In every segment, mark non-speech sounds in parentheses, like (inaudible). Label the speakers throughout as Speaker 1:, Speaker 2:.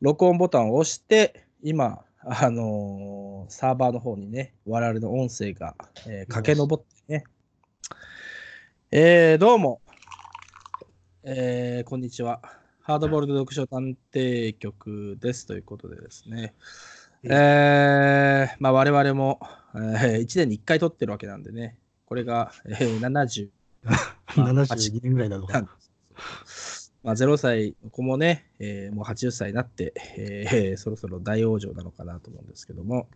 Speaker 1: 録音ボタンを押して、今、あのーサーバーの方にね、我々の音声が、えー駆け上ってね。えーどうも、えーこんにちは。ハードボールド読書探偵局ですということでですね。えーまあ、我々も、え1年に1回撮ってるわけなんでね、これが、えー70、あ
Speaker 2: (laughs) 72年ぐらいなのかな。
Speaker 1: まあ、0歳の子もね、えーもう80歳になって、えーそろそろ大往生なのかなと思うんですけども、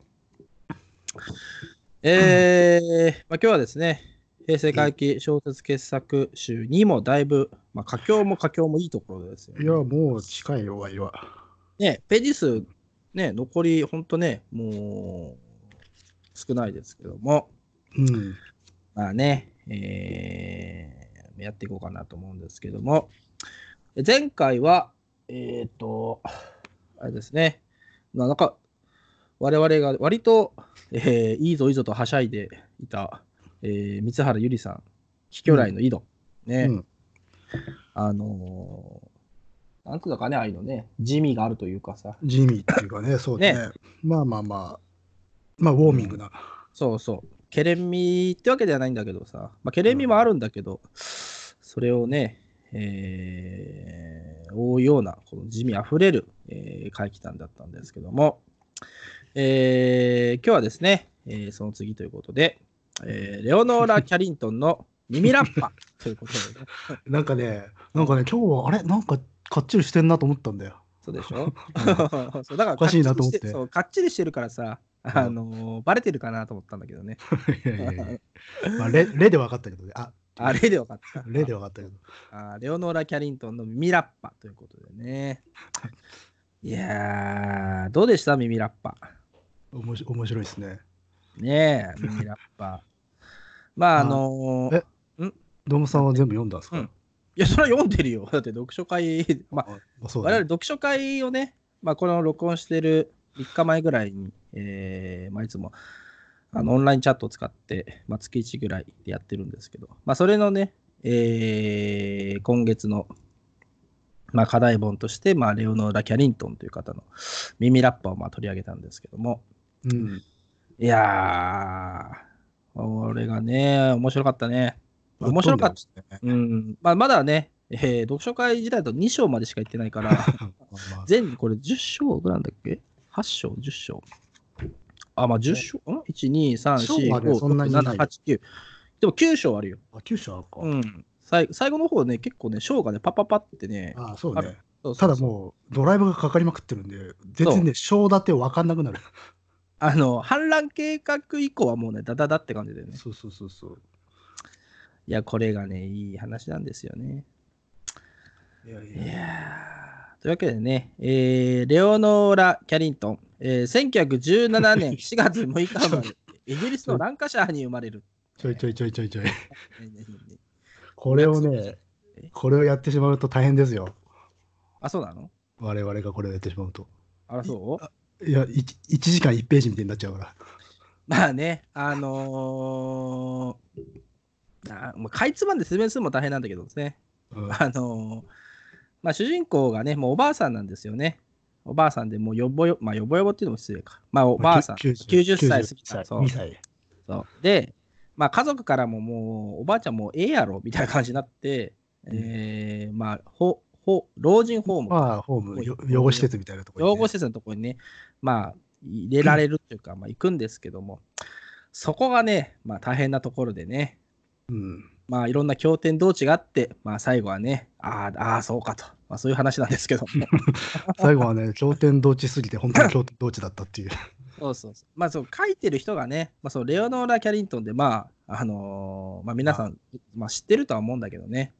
Speaker 1: えーまあ、今日はですね、平成回帰小説傑作集にもだいぶ、まあ、佳境も佳境もいいところですよ、ね。
Speaker 2: いや、もう近いよ、終わ
Speaker 1: ね、ページ数、ね、残り、ほんとね、もう、少ないですけども、
Speaker 2: りは。うん。
Speaker 1: まあね、えーやっていこうかなと思うんですけども、前回は、えっ、と、あれですね、まあなんか、我々が割と、えーいいぞいいぞとはしゃいでいた、えー三原ゆりさん、貴巨来の井戸、ね、
Speaker 2: うん
Speaker 1: あのーなんつうのかね、ああいうのね、地味があるというかさ、
Speaker 2: 地味っていうかね、そうね。ねまあまあまあ、まあ、ウォーミングな。
Speaker 1: そうそう。ケレン味ってわけではないんだけどさ、まあ、ケレン味もあるんだけど、それをね、えー、覆うような、この地味あふれる、えー、回帰談だったんですけども、えー今日はですね、えーその次ということで、えーレオノーラ・キャリントンの耳ラ
Speaker 2: (laughs)
Speaker 1: ッパということで、ね、
Speaker 2: なんかね、なんかね、今日は、あれなんか、かっちりしてんなと思ったんだよ。
Speaker 1: そうでし
Speaker 2: (laughs)
Speaker 1: ょ、そう
Speaker 2: おかしいなと思って
Speaker 1: かちりそう、かっちりしてるからさ、あのーバレてるかなと思ったんだけどね。
Speaker 2: いやいやいや (laughs) まあ、レレで分かったけどね。あ、
Speaker 1: (laughs) あれでよかった。
Speaker 2: レで分かったけど。
Speaker 1: あーレオノーラ・キャリントンの耳ラッパということでね。いやー、どうでした耳ラッパ。
Speaker 2: おもし面白いですね。
Speaker 1: ねえ、耳ラッパ。まあ、あのー
Speaker 2: えドームさんは全部読んだんですか、
Speaker 1: うんいや、それは読んでるよ。だって読書会、まあ、
Speaker 2: あまあ、そう
Speaker 1: 我
Speaker 2: だ
Speaker 1: 々
Speaker 2: ね。
Speaker 1: 読書会をね、まあ、この録音してる3日前ぐらいに、えーまあ、いつもあのオンラインチャットを使って、まあ、月1ぐらいでやってるんですけど、まあ、それのね、えー今月の、まあ、課題本として、まあ、レオノーラ・キャリントンという方の耳ラッパをまあ取り上げたんですけども、
Speaker 2: うん。
Speaker 1: いやー、俺がね、面白かったね。面白かった。
Speaker 2: た、ね。
Speaker 1: うんまあ、まだね、えー読書会時代だと2章までしか行ってないから、
Speaker 2: まあ
Speaker 1: 全これ10章ぐらいなんだっけ ?8 章、10章。あ、まあ10章、ん ?1、2、3、
Speaker 2: 章
Speaker 1: 4、
Speaker 2: まで
Speaker 1: 5、
Speaker 2: そんな
Speaker 1: 6、
Speaker 2: にない
Speaker 1: 7、8、9。でも9章あるよ。
Speaker 2: あ、九州あるか。
Speaker 1: うん。最最後の方ね、結構ね、章がね、パッパッパってね、
Speaker 2: あそう
Speaker 1: あ
Speaker 2: ね。
Speaker 1: そうそ
Speaker 2: た
Speaker 1: うそ
Speaker 2: だ
Speaker 1: う
Speaker 2: もう、ドライブがかかりまくってるんで、全然ね、章立て分かんなくなる。
Speaker 1: あの、反乱計画以降はもうね、ダダダって感じだよね。
Speaker 2: そうそうそうそう。
Speaker 1: いや、これがね、いい話なんですよね。
Speaker 2: いやい
Speaker 1: い
Speaker 2: や。
Speaker 1: やーというわけでね、えーレオノーラ・キャリントン、えー1917年4月6日
Speaker 2: (laughs)
Speaker 1: 生まれ、イギリスのランカシャーに生まれる。
Speaker 2: ちょいちょいちょいちょいちょい。
Speaker 1: ね
Speaker 2: これをね、これをやってしまうと大変ですよ。
Speaker 1: あ、そうなの
Speaker 2: 我々がこれをやってしまうと。
Speaker 1: あら、そう
Speaker 2: いや、い1時間1ページみたいになっちゃうから。
Speaker 1: まあね、あのーあまあ、かいつまんで説明するのも大変なんだけどですね、
Speaker 2: うん
Speaker 1: あのーまあ、主人公がね、もうおばあさんなんですよね。おばあさんでもうよぼよ、まあ、よぼよぼっていうのも失礼か。まあ、おばあさん、90, 歳過ぎた。そう
Speaker 2: 2歳。
Speaker 1: そうで、まあ、家族からももう、おばあちゃんもうええやろみたいな感じになって、えーまあ、ほほ老人ホーム、
Speaker 2: まあ、ホーム、よ養護施設みたいなところ、
Speaker 1: 養護施設のところにね、まあ、入れられるというか、まあ、行くんですけども、そこがね、まあ、大変なところでね、
Speaker 2: うん。
Speaker 1: まあ、いろんな経典同地があって、まあ、最後はね、あーあー、そうかと、まあ、そういう話なんですけど
Speaker 2: (laughs)
Speaker 1: も、
Speaker 2: 最後はね、経典同地すぎて、本当に経典同地だったっていう。 (laughs)
Speaker 1: そうそうそうまあ、そう書いてる人がね、まあ、そうレオノーラ・キャリントンで、まあ、あのーまあ、皆さん、まあ、知ってるとは思うんだけどね、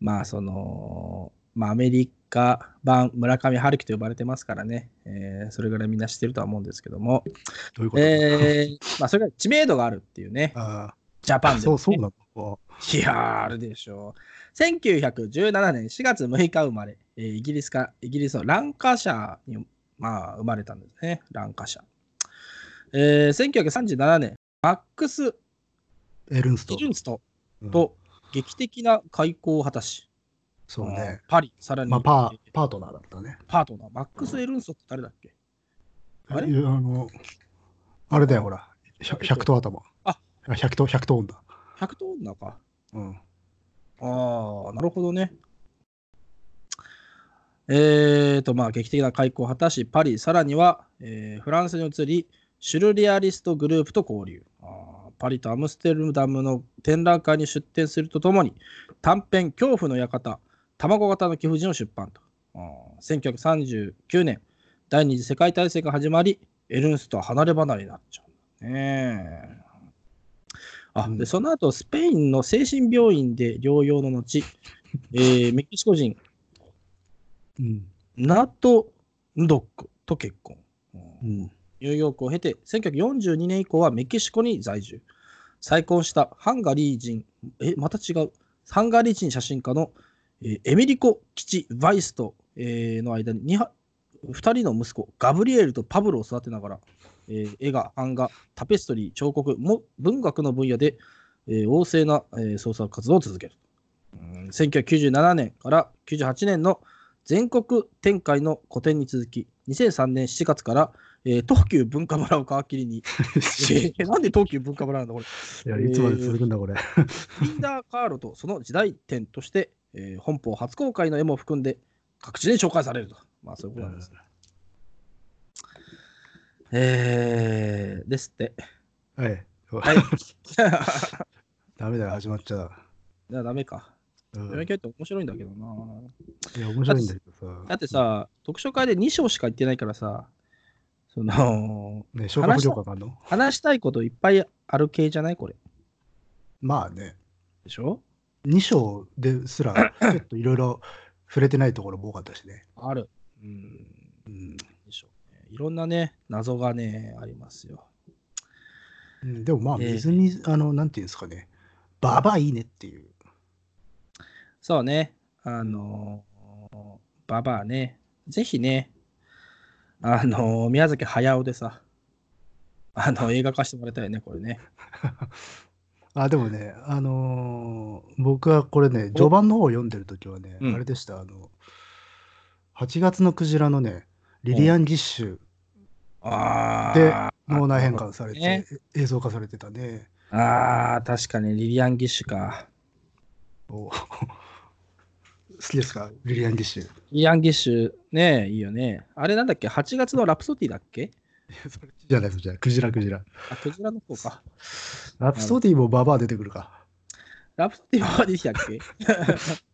Speaker 1: まあ、その、まあ、アメリカ版村上春樹と呼ばれてますからね、えーそれぐらいみんな知ってるとは思うんですけども、
Speaker 2: どういうことか、
Speaker 1: えー、まあそれが知名度があるっていうね、
Speaker 2: あ
Speaker 1: ジャパン
Speaker 2: あ
Speaker 1: で、ね。
Speaker 2: そうそうなの。
Speaker 1: いやー、あるでしょう。1917年4月6日生まれ、えーイギリスか、イギリスのランカシャーに、まあ、生まれたんですね、ランカシャー。えー、1937年、マックス・
Speaker 2: エルンスト。
Speaker 1: ジュンスト
Speaker 2: うん、
Speaker 1: と劇的な開口を果たし、
Speaker 2: そうね。
Speaker 1: パリ、さらに、
Speaker 2: まあ、パー、パートナーだったね。
Speaker 1: パートナー、マックス・エルンソって誰だっけあれ
Speaker 2: いやあの、あれだよ、ほら。百百頭頭。
Speaker 1: あ
Speaker 2: 百頭、百頭女。
Speaker 1: 百頭女か。
Speaker 2: うん。
Speaker 1: ああ、なるほどね。えーと、まあ、劇的な開口を果たし、パリ、さらには、えーフランスに移り、シュルレアリストグループと交流。あーパリとアムステルダムの展覧会に出展するとともに、短編、恐怖の館、卵型の貴婦人を出版と。あー1939年、第二次世界大戦が始まり、エルンスとは離れ離れになっちゃうんだね。あ、
Speaker 2: うん
Speaker 1: で、その後、スペインの精神病院で療養の後、
Speaker 2: (laughs)
Speaker 1: えーメキシコ人、
Speaker 2: うん。
Speaker 1: ナート・ヌドックと結婚。
Speaker 2: (laughs) うん。
Speaker 1: ニューヨークを経て、1942年以降はメキシコに在住。再婚したハンガリー人、え、また違う。ハンガリー人写真家の、えーエミリコ・キチ・ヴァイスと、えーの間に 2, は2人の息子、ガブリエルとパブロを育てながら、えー絵画、版画、タペストリー、彫刻も文学の分野で、えー旺盛な、えー創作活動を続ける。うん1997年から98年の全国展開の個展に続き、2003年7月から、えー東急文化村を皮切りに、 (laughs) えーなんで東急文化村なんだ、これ。
Speaker 2: いや、いつまで続くんだ、これ。
Speaker 1: ピーター・カールとその時代点として、えー本邦初公開の絵も含んで、各地で紹介されると。まあ、そういうことなんです。えー、ですって。
Speaker 2: はい。
Speaker 1: はい。 (laughs) じゃあ
Speaker 2: ダメだよ、始まっちゃう。
Speaker 1: ダメか。
Speaker 2: うん
Speaker 1: 読み切って面白いんだけどな。
Speaker 2: いや、面白いんだけどさ。
Speaker 1: だって、さ、読書会で2章しか言ってないからさ、その、
Speaker 2: ね、消化不良感があるの
Speaker 1: 話したいこといっぱいある系じゃないこれ。
Speaker 2: まあね、
Speaker 1: でしょ
Speaker 2: 2章ですら、ちょっといろいろ触れてないところも多かったしね。
Speaker 1: ある。うん。
Speaker 2: うん
Speaker 1: でしょうね、いろんなね、謎がね、ありますよ。
Speaker 2: うん、でもまあ、
Speaker 1: ええ
Speaker 2: 水に、あの、なんていうんですかね、ばばいいねっていう。
Speaker 1: そうね。あのーババアね。ぜひね、あのー宮崎駿でさ、あの、映画化してもらいたいね、これね。
Speaker 2: あでもね、あのー僕はこれね、序盤の方を読んでるときはね、
Speaker 1: うん
Speaker 2: あれでした、あの、8月のクジラのね、リリアン・ギッシュ、
Speaker 1: ああ。
Speaker 2: で脳内変換されて、
Speaker 1: ね
Speaker 2: 映像化されてたね。
Speaker 1: ああ、確かに、リリアン・ギッシュか。
Speaker 2: お好きですか、リリアン・ギッシュ。
Speaker 1: リリアン・ギッシュ、ねいいよね。あれなんだっけ ?8 月のラプソディだっけ
Speaker 2: じゃないです、じゃあ、クジラ、クジラ。
Speaker 1: あ、クジラの方か。
Speaker 2: ラプソディもババア出てくるか。
Speaker 1: ラプソディはでしたっ
Speaker 2: (laughs)
Speaker 1: け (laughs)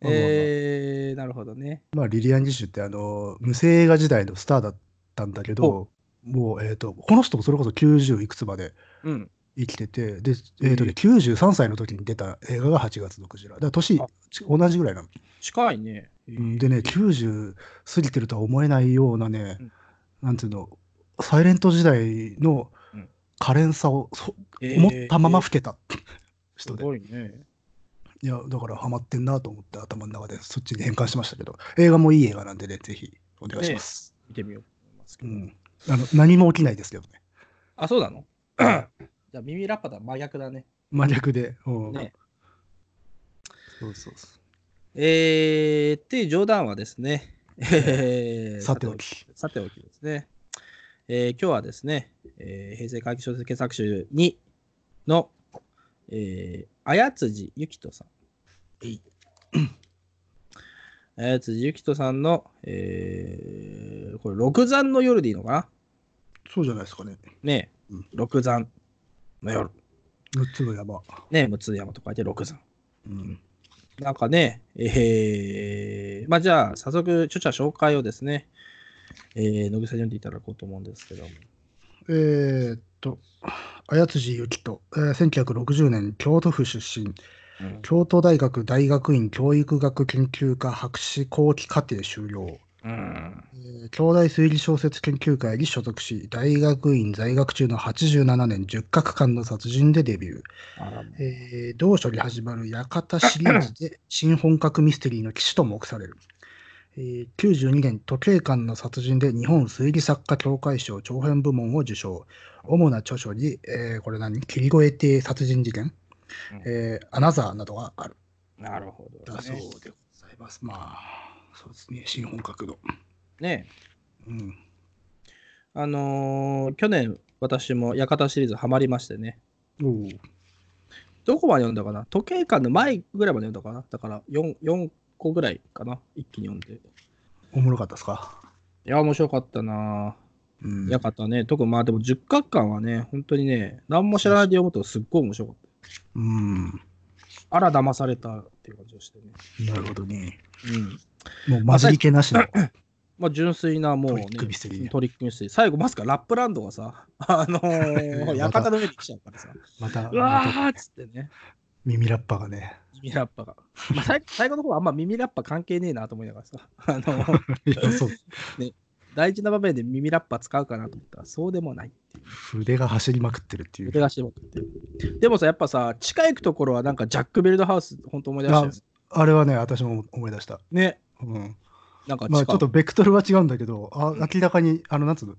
Speaker 1: えー、なるほどね。
Speaker 2: まあ、リリアン・ギッシュってあの無声映画時代のスターだったんだけど、もう、えー、とこの人もそれこそ90いくつまで
Speaker 1: うん。
Speaker 2: 生きてて、でえーとね、93歳の時に出た映画が8月のクジラ。だから年
Speaker 1: あ
Speaker 2: ち同じぐらいなの。
Speaker 1: 近いね。
Speaker 2: うんでね、90過ぎてるとは思えないようなね、
Speaker 1: うん
Speaker 2: なんていうの、サイレント時代の
Speaker 1: うん
Speaker 2: 可憐さをそ
Speaker 1: えー
Speaker 2: 思ったまま老けた人
Speaker 1: す
Speaker 2: で。
Speaker 1: ごいね。
Speaker 2: いや、だからハマってんなと思って頭の中でそっちに変換しましたけど、映画もいい映画なんでね、ぜひお願いします。
Speaker 1: 見てみようと思いますけ
Speaker 2: う
Speaker 1: ど。
Speaker 2: ん。あの、何も起きないですけどね。
Speaker 1: あ、そうなの (coughs) じゃあ耳ラッパだ、真逆だね。
Speaker 2: 真逆で。うん。
Speaker 1: ね
Speaker 2: そうそうそ
Speaker 1: えー、っていう冗談はですね、え
Speaker 2: う。
Speaker 1: ー
Speaker 2: さてお。き。
Speaker 1: さておきですね。えー今日はですね、えー平成回帰小説傑作集2の、えー、あやつじゆきとさん。 (coughs) あやつじゆきとさんの、えーこれ、六山の夜でいいのかな
Speaker 2: そうじゃないですかね。
Speaker 1: ねえ
Speaker 2: うん
Speaker 1: 六山の夜。
Speaker 2: 6つの山。
Speaker 1: ねえ、六つ山と書いて六山。
Speaker 2: うん。
Speaker 1: なんかね、えーまあじゃあ、早速、著者紹介をですね、えー、野口さん読んでいただこうと思うんですけども。
Speaker 2: えーっと、綾辻ゆきと、えー、1960年、京都府出身、
Speaker 1: うん
Speaker 2: 京都大学大学院教育学研究科博士後期課程修了。
Speaker 1: うん
Speaker 2: えー京大推理小説研究会に所属し、大学院在学中の87年、十角館の殺人でデビュー。
Speaker 1: あら
Speaker 2: えー同書に始まる館シリーズで新本格ミステリーの騎士と目される。えー92年、時計館の殺人で日本推理作家協会賞長編部門を受賞。主な著書に、えーこれ何切り越えて殺人事件、
Speaker 1: うん
Speaker 2: えーアナザーなどがある。
Speaker 1: なるほど、
Speaker 2: だそうで
Speaker 1: ね。
Speaker 2: ございます。まあ、そうですね、新本格度。
Speaker 1: ね
Speaker 2: うん。
Speaker 1: あのー去年私も館シリーズハマりましてね。
Speaker 2: おお。
Speaker 1: どこまで読んだかな時計館の前ぐらいまで読んだかなだから 4, 4個ぐらいかな一気に読んで。い
Speaker 2: おもろかったですか
Speaker 1: や、面白かったな
Speaker 2: うん
Speaker 1: ぁ。よかったね。特にまあでも10巻巻はね、本当にね、何も知らないで読むとすっごい面白かっ
Speaker 2: うん。
Speaker 1: た。あら、騙されたっていう感じがしてね。
Speaker 2: なるほどね。
Speaker 1: うん。
Speaker 2: もう混じり気なしの。
Speaker 1: まあ純粋なもうね、
Speaker 2: トリックミステリーね
Speaker 1: トリックミステリー最後まさかラップランドがさ、 (laughs) あの
Speaker 2: (laughs) また
Speaker 1: ー、館の上に来ちゃうからさ。
Speaker 2: (laughs) また、
Speaker 1: うわ
Speaker 2: また
Speaker 1: ーっつってね。
Speaker 2: 耳ラッパー
Speaker 1: (laughs)
Speaker 2: がね。
Speaker 1: 耳ラッパが。まあ、最最後の方はあんま耳ラッパ関係ねえなと思いながらさ、あの
Speaker 2: (laughs) いやそう
Speaker 1: 大事な場面で耳ラッパ使うかなと思ったら、そうでもないっていう。
Speaker 2: 筆が走りまくってるってい
Speaker 1: 腕
Speaker 2: う。
Speaker 1: がしてもっていう。でもさ、やっぱさ、近いところはなんかジャック・ベルドハウス、本当思い出したよね。
Speaker 2: あれはね、私も思い出した。
Speaker 1: ね。
Speaker 2: うん。
Speaker 1: なんか近い、
Speaker 2: まあちょっとベクトルは違うんだけど、あ明らかに、あの、なんつうの、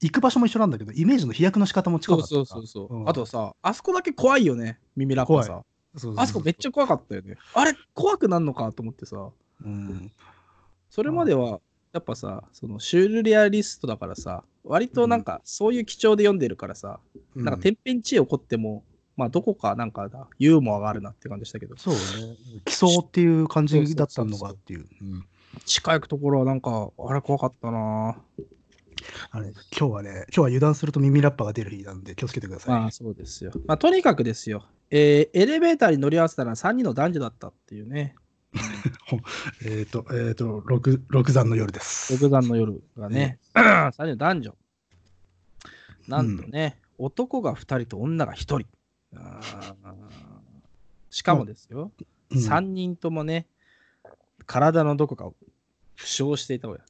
Speaker 2: 行く場所も一緒なんだけど、イメージの飛躍の仕方も近
Speaker 1: そ
Speaker 2: か
Speaker 1: う
Speaker 2: った
Speaker 1: そうそうそう、
Speaker 2: うん
Speaker 1: あとさ、あそこだけ怖いよね、耳ラッパさ。
Speaker 2: そう
Speaker 1: あそこめっち
Speaker 2: ゃ。
Speaker 1: ゃ怖かったよね。あれ、怖くなんのかと思ってさ、
Speaker 2: うん。
Speaker 1: それまでは、やっぱさ、そのシュールレアリストだからさ、割となんか、そういう基調で読んでるからさ、なんか天変地異起こっても、まあどこかなんかなユーモアがあるなって感じでしたけど、
Speaker 2: そうね。奇想っていう感じだったのかっていう。うん
Speaker 1: 近いところはなんか、あれ怖かったなぁ
Speaker 2: あれ、今日はね、今日は油断すると耳ラッパーが出る日なんで気をつけてくださ
Speaker 1: まあそうですよ。まあとにかくですよ、えーエレベーターに乗り合わせたら3人の男女だったっていうね、
Speaker 2: い。えっと、えっと、六六山の夜です。
Speaker 1: 六山の夜が (clears throat) ね、3人の男女。なんとね、男が2人と女が1人。あーしかもですよ、
Speaker 2: うん
Speaker 1: 3人ともね、体のどこかを負傷していたわけ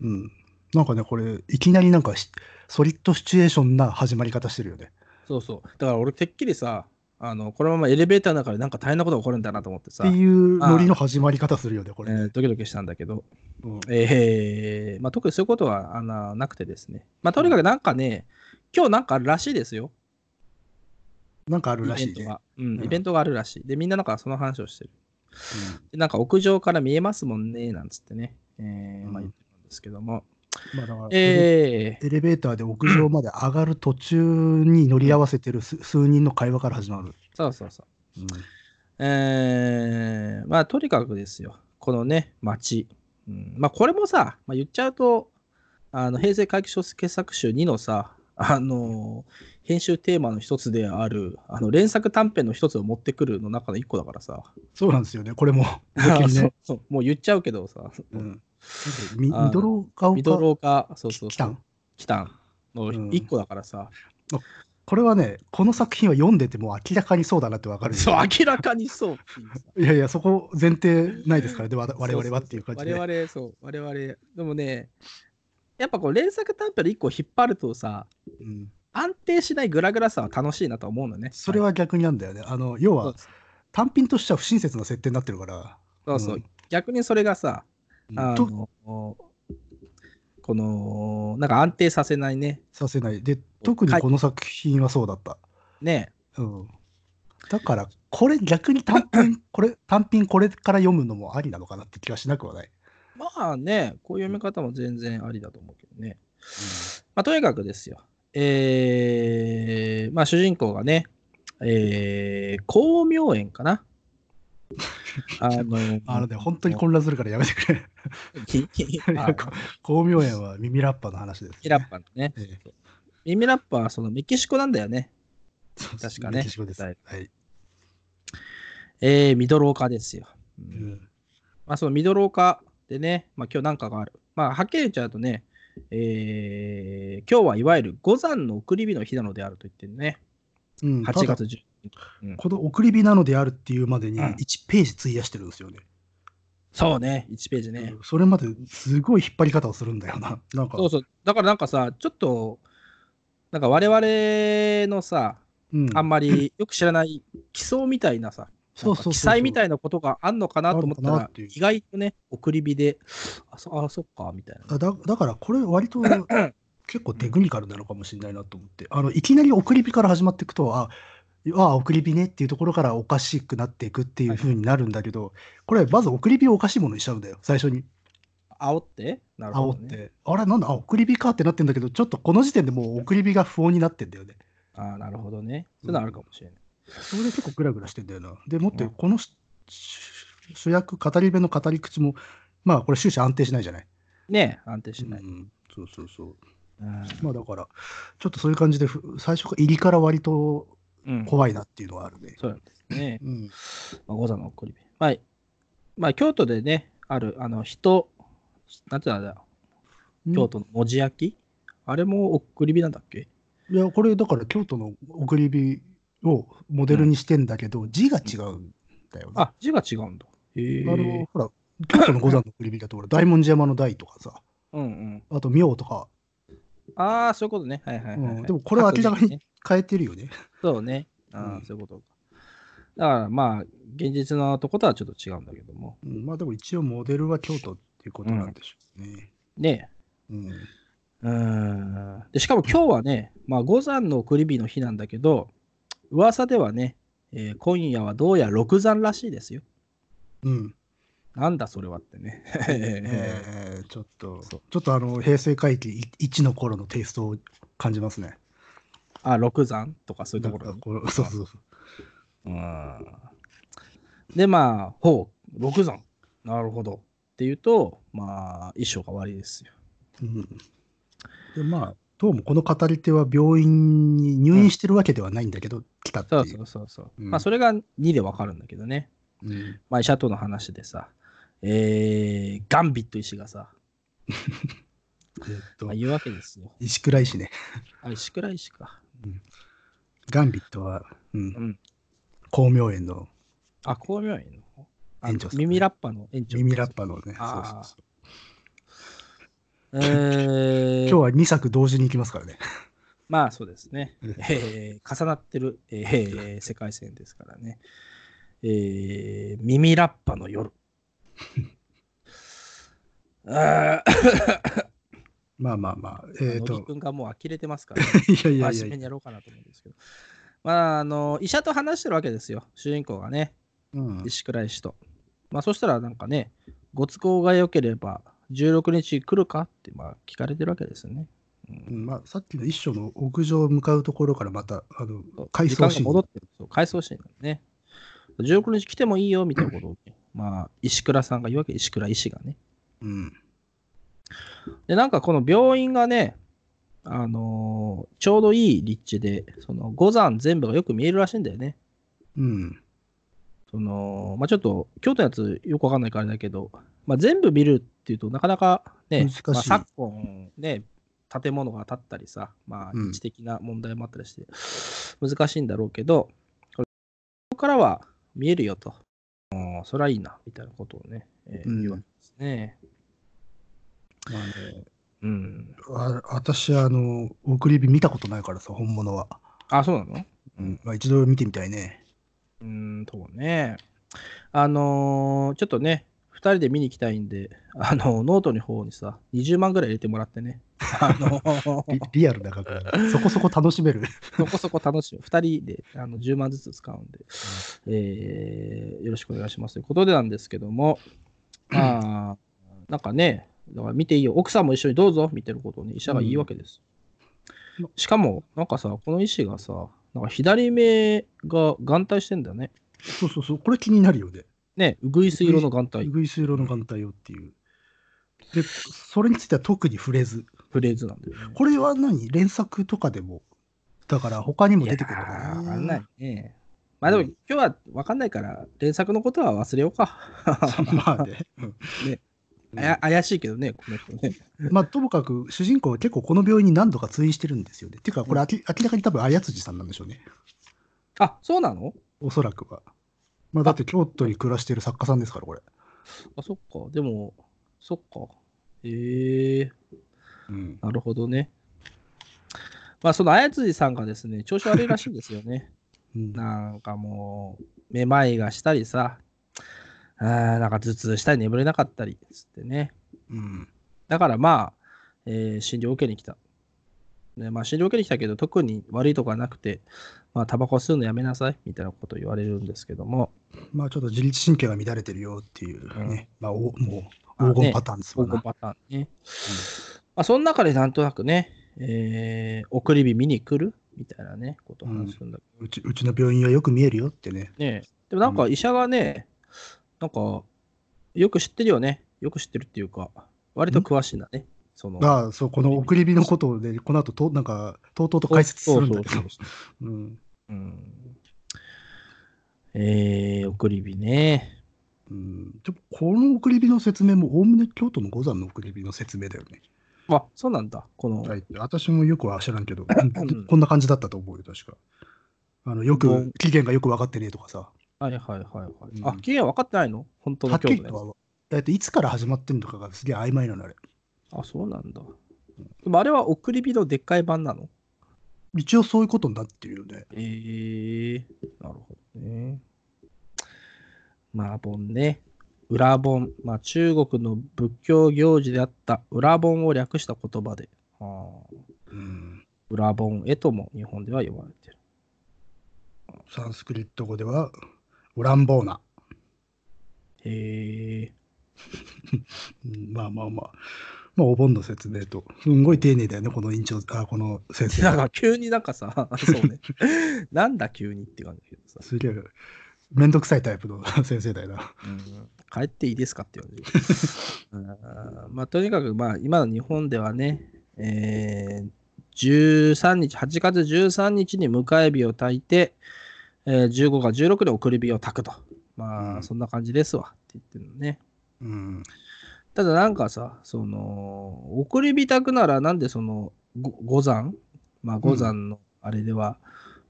Speaker 2: うん。なんかね、これ、いきなりなんかし、ソリッドシチュエーションな始まり方してるよね。
Speaker 1: そうそう。だから俺、てっきりさ、あのこのままエレベーターの中でなんか大変なことが起こるんだなと思って
Speaker 2: っ
Speaker 1: さ、
Speaker 2: て
Speaker 1: え
Speaker 2: いうノリの始まり方するよね、これ。
Speaker 1: ードキドキしたんだけど、
Speaker 2: うん
Speaker 1: えーまあ、特にそういうことはあのなくてですね、まあ、とにかくなんかね、今日なんかあるらしいですよ、
Speaker 2: なんかある
Speaker 1: イ
Speaker 2: ら
Speaker 1: ベ
Speaker 2: し
Speaker 1: ン
Speaker 2: い
Speaker 1: ト
Speaker 2: ね。
Speaker 1: が。うん
Speaker 2: うん
Speaker 1: イベントがあるらしい。で、みんななんかその話をしてる。でなんか屋上から見えますもんね、なんつってね、えーまあ、
Speaker 2: うん
Speaker 1: 言ってるんですけども。
Speaker 2: うんまあだから
Speaker 1: えー
Speaker 2: エレベーターで屋上まで上がる途中に乗り合わせてる数数人の会話から始まる。
Speaker 1: そうそうそう。
Speaker 2: うん
Speaker 1: えーまあとにかくですよ、このね、街。うんまあこれもさ、まあ、言っちゃうと、あの平成回帰小説傑作集2のさ、あのー編集テーマの一つである、あの連作短編の一つを持ってくるの中の一個だからさ、
Speaker 2: そうなんですよね、こ
Speaker 1: (laughs)
Speaker 2: れも。思いっきり
Speaker 1: そ
Speaker 2: ね
Speaker 1: うそうもう言っちゃうけどさ、
Speaker 2: うんミ
Speaker 1: あー
Speaker 2: ミドロガオ
Speaker 1: ミド
Speaker 2: か
Speaker 1: ルオーカー、そうそう
Speaker 2: 来
Speaker 1: そ
Speaker 2: た
Speaker 1: う、
Speaker 2: ん
Speaker 1: キタンの一個だからさ、
Speaker 2: これはね、この作品は読んでても明らかにそうだなってわかるよね、
Speaker 1: そう、明らかに
Speaker 2: (laughs)
Speaker 1: そうっていうさ。
Speaker 2: いやいや、そこ前提ないですから
Speaker 1: (laughs)
Speaker 2: ね、わた我々はっていう感じ
Speaker 1: そ
Speaker 2: で。
Speaker 1: うそうそう我々、そう、我々、でもね、やっぱこう連作短編の一個を引っ張るとさ、
Speaker 2: うん
Speaker 1: 安定しないグラグラさは楽しいなとは思うのね。
Speaker 2: それは逆になんだよね。あの要
Speaker 1: そ
Speaker 2: は
Speaker 1: う
Speaker 2: 単品としては不親切な設定になってるから。
Speaker 1: そうそう、
Speaker 2: うん
Speaker 1: 逆にそれがさ、あ
Speaker 2: と
Speaker 1: のこのなんか安定させないね
Speaker 2: させない。で、特にこの作品はそうだった。
Speaker 1: ね
Speaker 2: うん、だから、これ逆に単
Speaker 1: (laughs)
Speaker 2: 品、これ、単品これから読むのもありなのかなって気がしなくはない。
Speaker 1: まあねこういう読み方も全然ありだと思うけどね、まあ、とにかくですよえー、まあ主人公がねえー、光明園かなあの
Speaker 2: (laughs) あのね、本当に混乱するからやめてく
Speaker 1: (laughs)
Speaker 2: れ。
Speaker 1: ききあの
Speaker 2: 光明園は耳ラッパの話です、
Speaker 1: ミラッパのね
Speaker 2: ええ
Speaker 1: ミミラッパはそのメキシコなんだよね
Speaker 2: そう
Speaker 1: 確かね
Speaker 2: メキシコです。
Speaker 1: は
Speaker 2: はいい。
Speaker 1: えー、ミドルオカですよ、う
Speaker 2: うんん
Speaker 1: まあ、そのミドルオカでね、まあ、今日なんかがある。まあ、はっきり言っちゃうとね、えー今日はいわゆる五山の送り火の日なのであると言ってるね。
Speaker 2: うん、
Speaker 1: 8
Speaker 2: ただ
Speaker 1: 月10。
Speaker 2: この送り火なのであるっていうまでに
Speaker 1: うん
Speaker 2: 1ページ費やしてるんですよね。
Speaker 1: そうね、1ページね。
Speaker 2: それまですごい引っ張り方をするんだよ
Speaker 1: (laughs)
Speaker 2: な。なんか、
Speaker 1: そうそう。だからなんかさ、ちょっと、なんか我々のさ、
Speaker 2: うん
Speaker 1: あんまりよく知らない基礎みたいなさ、
Speaker 2: そうそうそうそう
Speaker 1: 記載みたいなことがあんのかなと思った
Speaker 2: あるのかな
Speaker 1: ら
Speaker 2: っ、ていう
Speaker 1: 意外とね、送り火で、あ、そあそっか、みたいな。
Speaker 2: あだだからこれ割と結構テクニカルなのかもしれないなと思って、あのいきなり送り火から始まっていくとあああ、送り火ねっていうところからおかしくなっていくっていう風になるんだけど、これ、まず送り火をおかしいものにしちゃうんだよ、最初に。
Speaker 1: 煽ってなるほど、
Speaker 2: 煽っ
Speaker 1: ね。
Speaker 2: て。あれ、なんだ、あ、送り火かってなってんだけど、ちょっとこの時点でもう送り火が不穏になってんだよね。
Speaker 1: ああ、なるほどね。そういうのあるかもしれない。
Speaker 2: それで結構グラグラしてんだよな。でもっ
Speaker 1: う
Speaker 2: と、
Speaker 1: ん
Speaker 2: このし主役、語り部の語り口も、まあ、これ終始安定しないじゃない。
Speaker 1: ねえ、安定しない。
Speaker 2: うん、そうそうそう。
Speaker 1: うん
Speaker 2: まあだから、ちょっとそういう感じでふ、最初から入りから割と
Speaker 1: うん
Speaker 2: 怖いなっていうのはあるね。
Speaker 1: そうなんですね。
Speaker 2: うん。
Speaker 1: まあ、五座の送り火。まあ、まあ、京都でね、ある、あの、人、なんていうんだろう、京都の文字焼き、あれも送り火なんだっけ
Speaker 2: いや、これだから京都の送り火をモデルにしてんだけど、字が違うんだよね。あ
Speaker 1: あ、字が違うんだ。へえ。
Speaker 2: の、ほら、京都の五山の送り火だと、ほら、大文字山の大とかさ、
Speaker 1: うんうん。
Speaker 2: あと明とか
Speaker 1: ああ、そういうことね。はいはいはいはい、
Speaker 2: うんでもこれは明らか
Speaker 1: 各
Speaker 2: に
Speaker 1: 自ね
Speaker 2: 変えてるよね。
Speaker 1: そうね。ああ、
Speaker 2: うん
Speaker 1: そういうことか。だからまあ、現実のとことはちょっと違うんだけども。
Speaker 2: うん、まあでも一応モデルは京都っていうことなんでしょうね。
Speaker 1: ね
Speaker 2: うん。
Speaker 1: え。うーん。で、しかも今日はね、まあ、五山の送り火の日なんだけど、噂ではね、えー今夜はどうやら六山らしいですよ。
Speaker 2: うん。
Speaker 1: なんだそれはってね。
Speaker 2: えーちょっと
Speaker 1: そう、
Speaker 2: ちょっとあの、平成回帰1の頃のテイストを感じますね。
Speaker 1: (laughs) あ、六山とかそういう
Speaker 2: な
Speaker 1: と
Speaker 2: ん
Speaker 1: ころ
Speaker 2: か
Speaker 1: に。
Speaker 2: こうそうそうそう。
Speaker 1: うんで、まあ、ほう、六山。なるほど。っていうと、まあ、衣装が終わりですよ。
Speaker 2: うんでまあどうもこの語り手は病院に入院してるわけではないんだけど、来たってい
Speaker 1: そううそうそうそう。
Speaker 2: うん
Speaker 1: まあ、それが2でわかるんだけどね。
Speaker 2: うん
Speaker 1: まあ、医者との話でさ、えー、ガンビット医師がさ、
Speaker 2: えっと
Speaker 1: まあ、言うわけですよ。
Speaker 2: 石倉医師ね
Speaker 1: あ、石倉医師か。
Speaker 2: ガンビットは、うん
Speaker 1: うん。
Speaker 2: 光明園の
Speaker 1: あ、光明院のあ
Speaker 2: 園長さん
Speaker 1: 耳ラッパの園長。
Speaker 2: 耳ラッパのね
Speaker 1: あー
Speaker 2: そうそうそう
Speaker 1: えー、
Speaker 2: 今日は2作同時に行きますからね、
Speaker 1: まあそうですね
Speaker 2: うん。
Speaker 1: えー重なってる、えー世界線ですからね。えー耳ラッパの
Speaker 2: (laughs)
Speaker 1: 夜。あー
Speaker 2: まあまあまあえっ、
Speaker 1: のり
Speaker 2: と
Speaker 1: くんがもう呆れてますから、ね、
Speaker 2: (laughs) いやいやい
Speaker 1: 真
Speaker 2: や
Speaker 1: 面目
Speaker 2: い
Speaker 1: に
Speaker 2: や、
Speaker 1: やろうかなと思うんですけど。まあ、あの、医者と話してるわけですよ、主人公がね、
Speaker 2: うん、
Speaker 1: 石倉医師と。まあ、そしたらなんかね、ご都合が良ければ、16日来るかって、まあ、聞かれてるわけですよね。
Speaker 2: うんまあさっきの一章の屋上を向かうところからまたあの
Speaker 1: そう
Speaker 2: 回想シ
Speaker 1: 時間が
Speaker 2: ーン
Speaker 1: 戻ってる。そう、回想シーンなんでね。16日来てもいいよ、みたいなことを、まあ、石倉さんが言うわけ、石倉医師がね。
Speaker 2: うん
Speaker 1: で、なんかこの病院がね、あのーちょうどいい立地で、その、五山全部がよく見えるらしいんだよね。
Speaker 2: うん
Speaker 1: その、まあちょっと、京都のやつよくわかんないからあれだけど、まあ全部見るっていうとなかなかね、
Speaker 2: 難しい
Speaker 1: まあ、昨今ね、建物が建ったりさ、まあ
Speaker 2: うん
Speaker 1: 位置的な問題もあったりして、難しいんだろうけど、これここからは見えるよと。うんそれはいいな、みたいなことをね、えー
Speaker 2: うん
Speaker 1: 言うわけですね。
Speaker 2: まあね
Speaker 1: うん。
Speaker 2: あ私あの送り火見たことないからさ本物は
Speaker 1: あ、そうなの
Speaker 2: うんまあ、一度見てみたいね。
Speaker 1: うーん、そうね。あのーちょっとね、2人で見に行きたいんで、あのノートの方にさ、20万ぐらい入れてもらってね。あのー
Speaker 2: リリアルな額だ。そこそこ楽しめる。
Speaker 1: そこそこ楽しい。2人であの10万ずつ使うんで、えーよろしくお願いしますということでなんですけども、まあ、なんかね、だから見ていいよ、奥さんも一緒にどうぞみたいなことをね、医者が言うわけです。
Speaker 2: うん
Speaker 1: しかも、なんかさ、この医師がさ、なんか左目が眼帯してんだよね。
Speaker 2: そうそうそう、これ気になるよね。
Speaker 1: ね、うぐいす色の眼帯
Speaker 2: う。ぐいす色の眼帯をっていう。で、それについては特に触れず。
Speaker 1: フレーズなんだよね。
Speaker 2: これは何連作とかでも。だから他にも出てくるの
Speaker 1: い
Speaker 2: か
Speaker 1: や
Speaker 2: な
Speaker 1: ーわかんない。ね。まあでも
Speaker 2: う
Speaker 1: 今日はわかんないから、連作のことは忘れようか。
Speaker 2: まあね。うん
Speaker 1: ねあや怪しいけどね、この人ね。
Speaker 2: まあ、ともかく、主人公は結構この病院に何度か通院してるんですよね。ていうか、これあき明らかに多分、あやつじさんなんでしょうね。
Speaker 1: あ、そうなの
Speaker 2: おそらくは。まあ、だって京都に暮らしてる作家さんですから、これ。
Speaker 1: あ、そっか。でも、そっか。へえ
Speaker 2: うん
Speaker 1: ー、なるほどね。まあその綾辻さんがですね、調子悪いらしいんですよ (laughs) ね。
Speaker 2: うん
Speaker 1: なんかもう、めまいがしたりさ、あーなんか頭痛したり眠れなかったりっつってね。
Speaker 2: うん
Speaker 1: だからまあ、えー診療を受けに来た。ねまあ、診療を受けに来たけど、特に悪いとこはなくて、まあ、タバコ吸うのやめなさいみたいなことを言われるんですけども、
Speaker 2: まあちょっと自律神経が乱れてるよっていうね、まあおもう黄金パターンです
Speaker 1: 黄
Speaker 2: わな、
Speaker 1: 金パターンね。まあ、その中でなんとなくね、えー送り火見に来るみたいなね、ことを話すんだけ
Speaker 2: うち。うちの病院はよく見えるよってね。
Speaker 1: どね。でもなんか医者がね、なんか、よく知ってるよね。よく知ってるっていうか、割と詳しいんだね。その
Speaker 2: ああ、そう、この送り火のことで、この後と、なんか、とうとうと解説するんだけど。
Speaker 1: そうそうそう
Speaker 2: うん
Speaker 1: うんえー、送り火ね。
Speaker 2: うん、ちょこの送り火の説明も、おおむね京都の五山の送り火の説明だよね。
Speaker 1: あ、そうなんだ。この、
Speaker 2: はい、私もよくは知らんけど、うんこんな感じだったと思うよ、確か。あのよ
Speaker 1: うん
Speaker 2: く、期限がよく分かってねえとかさ、
Speaker 1: はいはいはいはい。
Speaker 2: うん
Speaker 1: あ、期限分かってないの本当
Speaker 2: は
Speaker 1: の
Speaker 2: っき
Speaker 1: 今
Speaker 2: り
Speaker 1: 日
Speaker 2: と
Speaker 1: の
Speaker 2: は、えっと、いつから始まってんのかがすげえ曖昧なの、あれ。
Speaker 1: あ、そうなんだ。でもあれは送り火のでっかい版なの
Speaker 2: 一応そういうことになってるよね。
Speaker 1: えー、なるほどね。まあ、盆ね。裏盆。まあ、中国の仏教行事であった裏盆を略した言葉で、はあ、
Speaker 2: うん、
Speaker 1: 裏盆へとも日本では呼ばれてる。
Speaker 2: サンスクリット語では、オランボーナ。
Speaker 1: へえ
Speaker 2: うんまあまあまあ。まあ、お盆の説明と、すんごい丁寧だよね、この院長、あ、この先生
Speaker 1: (laughs) なん
Speaker 2: は。
Speaker 1: か急になんかさ、 (laughs) そうね。なんだ急にって感じだけどさ。
Speaker 2: すげえ、めんどくさいタイプの (laughs) 先生だよな。
Speaker 1: 帰っていいですかって言われる。うんまあ、とにかく、まあ、今の日本ではね、えー13日、8月13日に迎え火を焚いて、えー15か16で送り火を焚くと。ま
Speaker 2: う
Speaker 1: あ、
Speaker 2: ん
Speaker 1: そんな感じですわって言ってるのね。
Speaker 2: うん。
Speaker 1: ただなんかさ、その、送り火焚くならなんでその、ご五山まあ、五山のあれでは、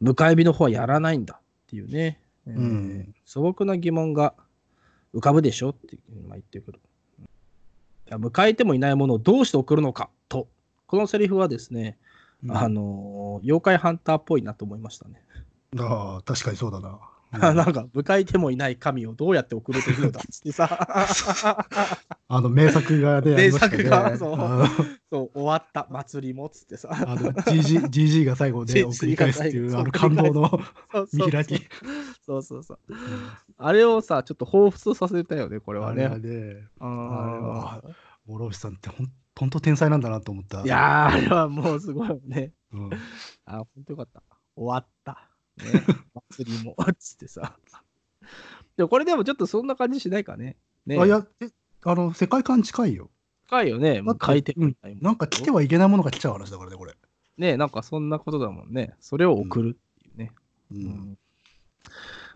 Speaker 1: 迎え火の方はやらないんだっていうね、えー
Speaker 2: うん
Speaker 1: 素朴な疑問が浮かぶでしょって今言ってくる。いや迎えてもいないものをどうして送るのかと、このセリフはですね、あのー妖怪ハンターっぽいなと思いましたね。
Speaker 2: ああ、確かにそうだな。
Speaker 1: (laughs) な
Speaker 2: うん
Speaker 1: んか、迎えてもいない神をどうやって送るというのだっつってさ。
Speaker 2: あの名作がね、
Speaker 1: 名作が
Speaker 2: ありました
Speaker 1: そ
Speaker 2: ね
Speaker 1: う
Speaker 2: あの
Speaker 1: (laughs) そう、終わった祭りもっつってさ。
Speaker 2: あの GG, GG が最後で
Speaker 1: GG
Speaker 2: 送り返すってい
Speaker 1: が
Speaker 2: う
Speaker 1: 最後
Speaker 2: あの感動の
Speaker 1: そうそうそう
Speaker 2: 見開き。
Speaker 1: そうそうそう。あれをさ、ちょっと彷彿させたよね、これは
Speaker 2: あ
Speaker 1: ね。
Speaker 2: れはね、
Speaker 1: あー
Speaker 2: あ諸星さんってほんほんと天才なんだなと思った。
Speaker 1: いやー、あれはもうすごいよね。
Speaker 2: うん、
Speaker 1: あー、ほんとよかった。終わった。
Speaker 2: (laughs)
Speaker 1: ね、祭りも。つってさ。でもこれでもちょっとそんな感じしないかね。ね
Speaker 2: あいやえあの世界観近いよ。
Speaker 1: 深いよね。
Speaker 2: だって
Speaker 1: 書いてみたいも
Speaker 2: なんか来てはいけないものが来ちゃう話だからね、これ。
Speaker 1: ね、なんかそんなことだもんね。それを送るっていうね。
Speaker 2: う
Speaker 1: うんん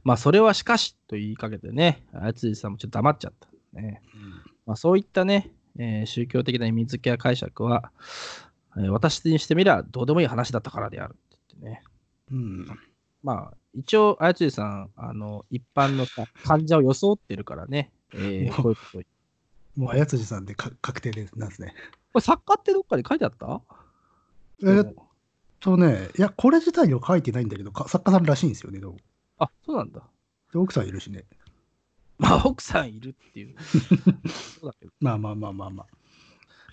Speaker 1: まあ、それはしかしと言いかけてね、あつじさんもちょっと黙っちゃった。ねまあ、そういったね、えー宗教的な意味付けや解釈は、えー私にしてみればどうでもいい話だったからであるって言ってね。
Speaker 2: うん
Speaker 1: まあ、一応、あやつじさん、あの、一般のさ患者を装ってるからね、
Speaker 2: (laughs)
Speaker 1: えーこういうこと。こ
Speaker 2: もう、あやつじさんでか確定ですなんですね。
Speaker 1: れ、作家ってどっかに書いてあった
Speaker 2: えーっとね、いや、これ自体には書いてないんだけど、か作家さんらしいんですよね、どうも
Speaker 1: あ、そうなんだ。
Speaker 2: で奥さんいるしね。
Speaker 1: まあ、奥さんいるって
Speaker 2: (laughs)
Speaker 1: いう。そうだけど。
Speaker 2: まあまあまあまあまあ。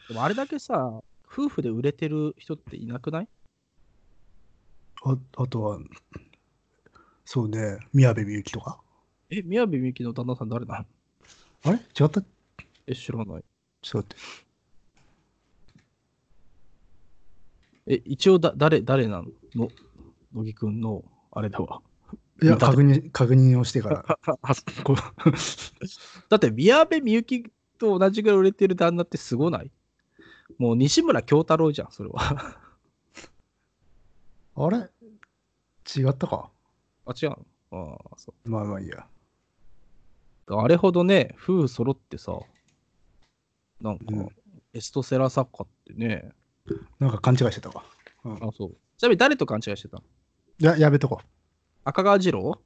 Speaker 1: でも、あれだけさ、夫婦で売れてる人っていなくない
Speaker 2: ああとは、そうね、宮部みゆきとか。
Speaker 1: え、宮部みゆきの旦那さん誰なの
Speaker 2: あれ違ったちょっ
Speaker 1: え、知らない。
Speaker 2: と待って。
Speaker 1: え、一応だ、誰、誰なのの、乃木くんの、あれだわ。
Speaker 2: いや、
Speaker 1: 見たと
Speaker 2: 確認、確認をしてから。あこ
Speaker 1: だって、宮部みゆきと同じぐらい売れてる旦那ってすごないもう西村京太郎じゃん、それは。 (laughs)
Speaker 2: うあれ違ったか。
Speaker 1: あ、違うのああ、そ
Speaker 2: まあまあいいや。
Speaker 1: う。あれほどね、夫婦揃ってさ、なんか
Speaker 2: うん、
Speaker 1: ベストセラー作家ってね、
Speaker 2: なんか勘違いしてたわ。うん
Speaker 1: あ、そう。ちなみに誰と勘違いしてたの
Speaker 2: いや、やめとこ
Speaker 1: 赤川次郎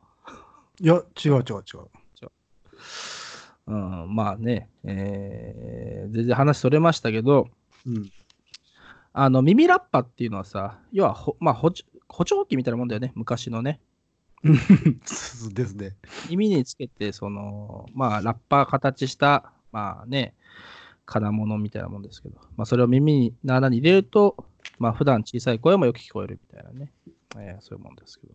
Speaker 2: う。いや、違う違う違う。
Speaker 1: うん、まあね、えー全然話それましたけど、
Speaker 2: うん。
Speaker 1: あの耳ラッパっていうのはさ、要はほ、まあ、補聴補聴器みたいなもんだよね、昔のね。
Speaker 2: (laughs) そうですね。
Speaker 1: 耳につけて、その、まあ、ラッパー形した、まあね、金物みたいなもんですけど、まあ、それを耳にの穴に入れると、まあ、普段小さい声もよく聞こえるみたいなね、えーそういうもんですけど。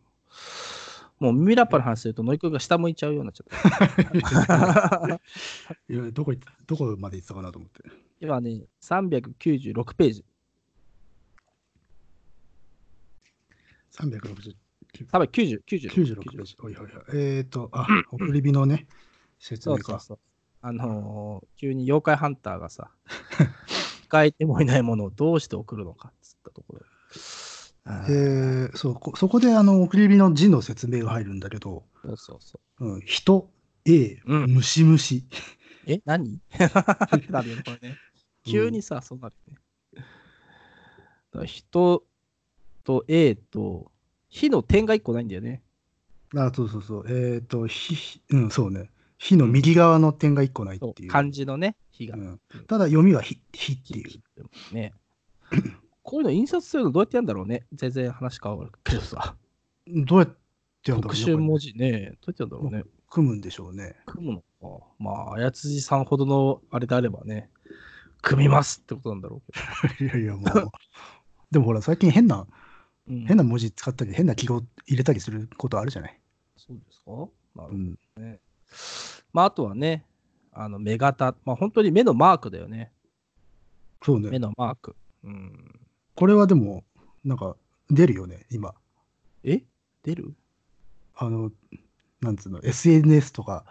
Speaker 1: もうミラッパの話すると、ノイクが下向いちゃうようになっちゃった。
Speaker 2: いやどこ行っどこまで行ってたかなと思って。
Speaker 1: 今ね、396ページ。
Speaker 2: 360
Speaker 1: 390、90。
Speaker 2: 96ページ。おいおいおい。えっ、ー、と、あ、送り火のね、説
Speaker 1: そ
Speaker 2: 明
Speaker 1: うそう
Speaker 2: か。
Speaker 1: そう。あのー急に妖怪ハンターが (laughs) さ、控えてもいないものをどうして送るのかっつったところ。あ
Speaker 2: え
Speaker 1: ー
Speaker 2: ーそうこそこであの送り火の字の説明が入るんだけど、
Speaker 1: そうそうそ
Speaker 2: うん、人、A、
Speaker 1: うん
Speaker 2: ムシムシ。
Speaker 1: う。え、何ってなるよね、これね。 (laughs) 急にさ、そうなるよね。だから人と A と、火の点が一個ないんだよね。
Speaker 2: あ、そうそうそう。えっ、と、火、火うん、そうね。火の右側の点が一個ないっ
Speaker 1: そう
Speaker 2: ていう。
Speaker 1: 漢字のね、火が
Speaker 2: う。ん、ただ読みは火火っていう。
Speaker 1: (clears throat) ね。こういうの印刷するのどうやってやるんだろうね。全然話変わるけどさ。
Speaker 2: どうやってやるんだ
Speaker 1: 特
Speaker 2: ろうね
Speaker 1: 殊文
Speaker 2: こ
Speaker 1: 字ね。どうやってやるんだろうね。
Speaker 2: れ組むんでしょうね。
Speaker 1: 組むのか。まあ、綾辻さんほどのあれであればね、組みますってことなんだろうけど。
Speaker 2: (laughs) いやいや、もう。 (laughs) でもほら、最近変な、
Speaker 1: うん
Speaker 2: 変な文字使ったり、変な記号入れたりすることあるじゃない。
Speaker 1: そうですかなるほ
Speaker 2: う
Speaker 1: ど
Speaker 2: ん。
Speaker 1: まあ、あとはね、あの目型、まあ、本当に目のマークだよね。
Speaker 2: そう
Speaker 1: 目
Speaker 2: ね。
Speaker 1: のマーク。うん、
Speaker 2: これはでも、なんか、出るよね、今。
Speaker 1: え出る
Speaker 2: あの、なんつうの、SNS とか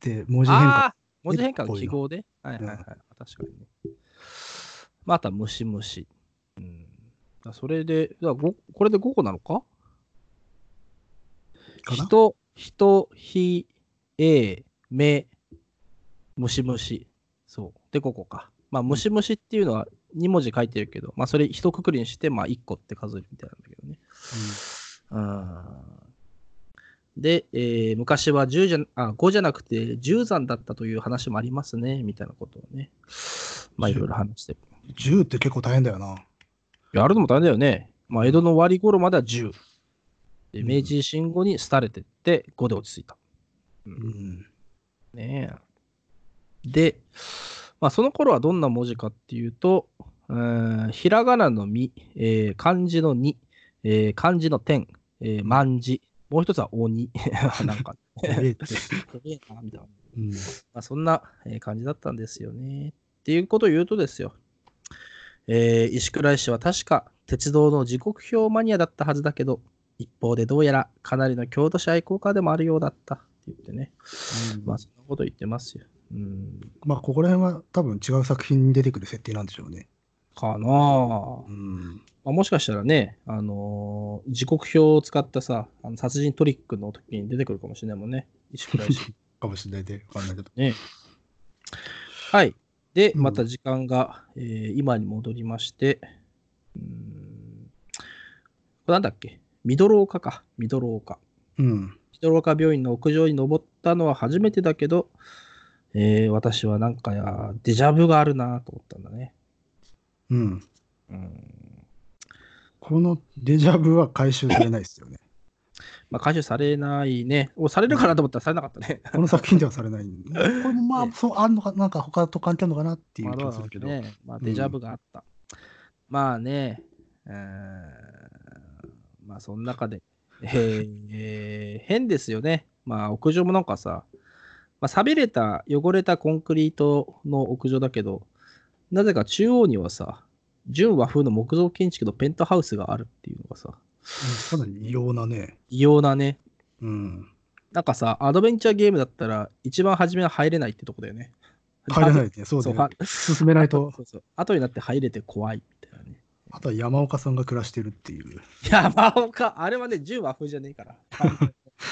Speaker 2: で文字変
Speaker 1: あ
Speaker 2: 化。
Speaker 1: あー文字変換の記号で。はいはいはい。
Speaker 2: うん
Speaker 1: 確かにね。まあ、あとはムシムシ。うん、だそれで、だごこれで5個なのか
Speaker 2: かな
Speaker 1: 人、人、ひ、え、め、むしむし。そう。で、ここか。まあ、むしむしっていうのは2文字書いてるけど、まあ、それ一括りにして、まあ、1個って数えるみたいなんだけどね。うん。で、えー昔は10じゃあ5じゃなくて10山だったという話もありますね、みたいなことをね。まあ、いろいろ話してる。
Speaker 2: うん、10って結構大変だよな。
Speaker 1: いやあるのも大変だよね。まあ、江戸の終わり頃までは10。で、
Speaker 2: うん
Speaker 1: 明治維新後に廃れてって5で落ち着いた。
Speaker 2: (laughs) うん。
Speaker 1: ねえ。で、まあ、その頃はどんな文字かっていうと、うーんひらがなのみ、えー漢字のに、えー漢字の天、えー万字、もう一つは鬼、 (laughs) なんか、
Speaker 2: えって。
Speaker 1: すげえなみたいな
Speaker 2: うん。
Speaker 1: まあ、そんなえー感じだったんですよね。っていうことを言うとですよ、えー石倉医師は確か鉄道の時刻表マニアだったはずだけど、一方でどうやらかなりの郷土史愛好家でもあるようだったって言ってね、まあそんなこと言ってますよ。うん、
Speaker 2: まあ、ここら辺は多分違う作品に出てくる設定なんでしょうね。
Speaker 1: かなあ、
Speaker 2: うん。
Speaker 1: まあ、もしかしたらね、あのー時刻表を使ったさ、あの殺人トリックの時に出てくるかもしれないもんね、石倉医
Speaker 2: (laughs)
Speaker 1: 師。
Speaker 2: かもしれないで、わかんないけど。
Speaker 1: ね。はい。で、
Speaker 2: うん
Speaker 1: また時間が、えー今に戻りまして、うーんこれなんだっけミドルオカか。ミドルオカ。
Speaker 2: うん。
Speaker 1: ミドルオカ病院の屋上に登ったのは初めてだけど、えー私はなんかや、デジャブがあるなと思ったんだね。
Speaker 2: うん。
Speaker 1: うん。
Speaker 2: このデジャブは回収されないで
Speaker 1: (laughs)
Speaker 2: すよね。
Speaker 1: まあ、回収されないね。お、されるかなと思ったらされなかったね。
Speaker 2: この作品ではされない。これもま
Speaker 1: ね
Speaker 2: あ、そう、あんのか、なんか他と関係あるのかなっていう気
Speaker 1: まあ
Speaker 2: がするけど。
Speaker 1: ね、まあ、
Speaker 2: うん
Speaker 1: デジャブがあった。まあね、えーまあ、その中で、えーえー変ですよね。まあ、屋上もなんかさ、まあ、錆びれた、汚れたコンクリートの屋上だけど、なぜか中央にはさ、純和風の木造建築のペントハウスがあるっていうのがさ、
Speaker 2: うんかなり異様なね。
Speaker 1: 異様なね、
Speaker 2: うん。
Speaker 1: なんかさ、アドベンチャーゲームだったら、一番初めは入れないってとこだよね。
Speaker 2: 入れないね。そ
Speaker 1: (laughs)
Speaker 2: う
Speaker 1: そ
Speaker 2: だ
Speaker 1: う、
Speaker 2: ね。進めないと
Speaker 1: そ、うそう。後になって入れて怖いみたいなね。
Speaker 2: あとは山岡さんが暮らしてるっていう。
Speaker 1: 山岡、あれはね、10和風じゃねえから。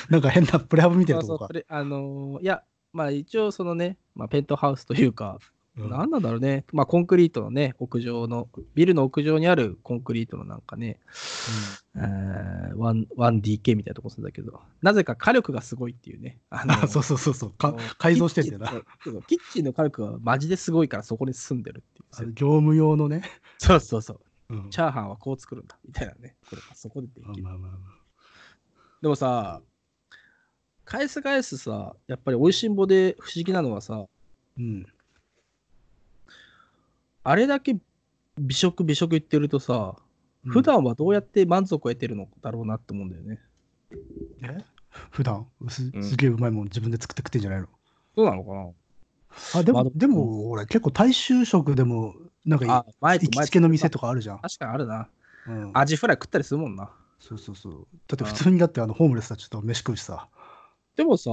Speaker 2: なんか変なプレハブみたい
Speaker 1: そ
Speaker 2: な
Speaker 1: う
Speaker 2: と
Speaker 1: そう
Speaker 2: こが
Speaker 1: そ。れあのーいや、まあ一応そのね、まあ、ペントハウスというか、
Speaker 2: うん
Speaker 1: なんなんだろうね、まあコンクリートのね、屋上の、ビルの屋上にあるコンクリートのなんかね、えー、1- 1DK みたいなとこするんだけど、なぜか火力がすごいっていうね。あ
Speaker 2: あそうそうそうそう。
Speaker 1: あ
Speaker 2: か
Speaker 1: の
Speaker 2: 改造してんだよな
Speaker 1: キッ。チンそうキッチンの火力はマジですごいからそこに住んでるっていう
Speaker 2: あの業務用のね。
Speaker 1: そうそうそう。
Speaker 2: うん
Speaker 1: チャーハンはこう作るんだみたいなね。これがそこでできる。
Speaker 2: まあまあまあ
Speaker 1: でもさ、返す返すさ、やっぱり美味しんぼで不思議なのはさ、
Speaker 2: うん。
Speaker 1: あれだけ美食美食言ってるとさ、普段はどうやって満足を得てるのだろうなって思うんだよね。
Speaker 2: え普段す
Speaker 3: うん
Speaker 2: すげえうまいもん自分で作って食ってんじゃないの、
Speaker 1: そうなのかな
Speaker 2: あでも、
Speaker 1: まあ
Speaker 2: でも俺結構大衆食でもなんか
Speaker 1: あ、前
Speaker 2: 行
Speaker 1: と
Speaker 2: き
Speaker 1: 前
Speaker 2: つけの店とかあるじゃん、
Speaker 1: 確かにあるな。
Speaker 2: うん、
Speaker 1: アジフライ食ったりするもんな。
Speaker 2: そうそうそうだって普通にだってあのホームレスたちと飯食うしさ
Speaker 1: でもさ、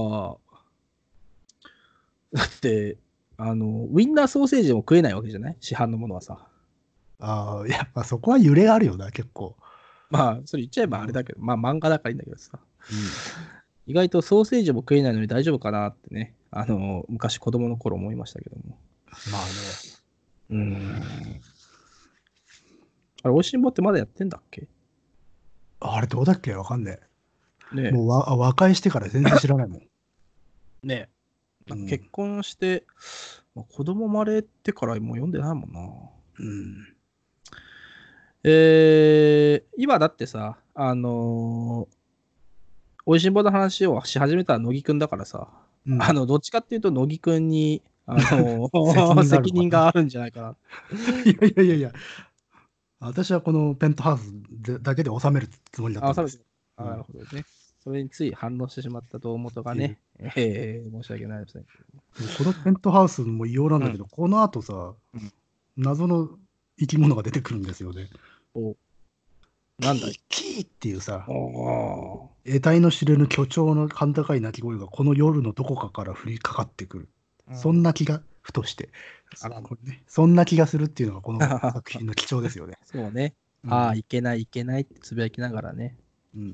Speaker 1: だって、あの、ウインナーソーセージでも食えないわけじゃない市販のものはさ。
Speaker 2: あーやっぱそこは揺れがあるよな結構、
Speaker 1: まあ、それ言っちゃえばあれだけど、まあ漫画だからいいんだけどさ。意外とソーセージも食えないのに大丈夫かなってね、あの、昔子供の頃思いましたけども。
Speaker 2: まあね
Speaker 1: うん。あれ、おいしんぼってまだやってんだっけ
Speaker 2: あれどうだっけわかんねえ
Speaker 1: ね
Speaker 2: もうわ和解してから全然知らないもん、
Speaker 1: (laughs) え。ねえなん
Speaker 2: うん
Speaker 1: か結婚して、まあ、子供生まれてからもう読んでないもんな。
Speaker 2: うん、
Speaker 1: えー、今だってさ、あのー、おいしんぼの話をし始めたのは乃木くんだからさ、
Speaker 2: うん
Speaker 1: あの、どっちかっていうと乃木くんに、あの
Speaker 2: 責任があ
Speaker 1: ー、(laughs) 責任がある
Speaker 2: るのかな
Speaker 1: んじゃないかな。
Speaker 2: いやいやいやいや、私はこのペントハウスでだけで収めるつもりだった
Speaker 1: あ、
Speaker 2: ん
Speaker 1: そうで
Speaker 2: で。
Speaker 1: すす。あなるほどね。それについ反応してしまった堂本がね、えー申し訳ないですね。
Speaker 2: このペントハウスも異様なんだけど、この後さ、
Speaker 3: うん
Speaker 2: 謎の生き物が出てくるんですよね。
Speaker 1: なんだい
Speaker 2: キーキーっていうさ、
Speaker 1: お
Speaker 2: 得体の知れぬ巨鳥の甲高い鳴き声がこの夜のどこかから降りかかってくる。そんな気がふとして、
Speaker 1: あら
Speaker 2: これね、そんな気がするっていうのがこの作品の貴重ですよ (laughs) ね。
Speaker 1: そうね。ああ、
Speaker 2: い。
Speaker 1: いけないいけないってつぶやきながらね、
Speaker 2: うん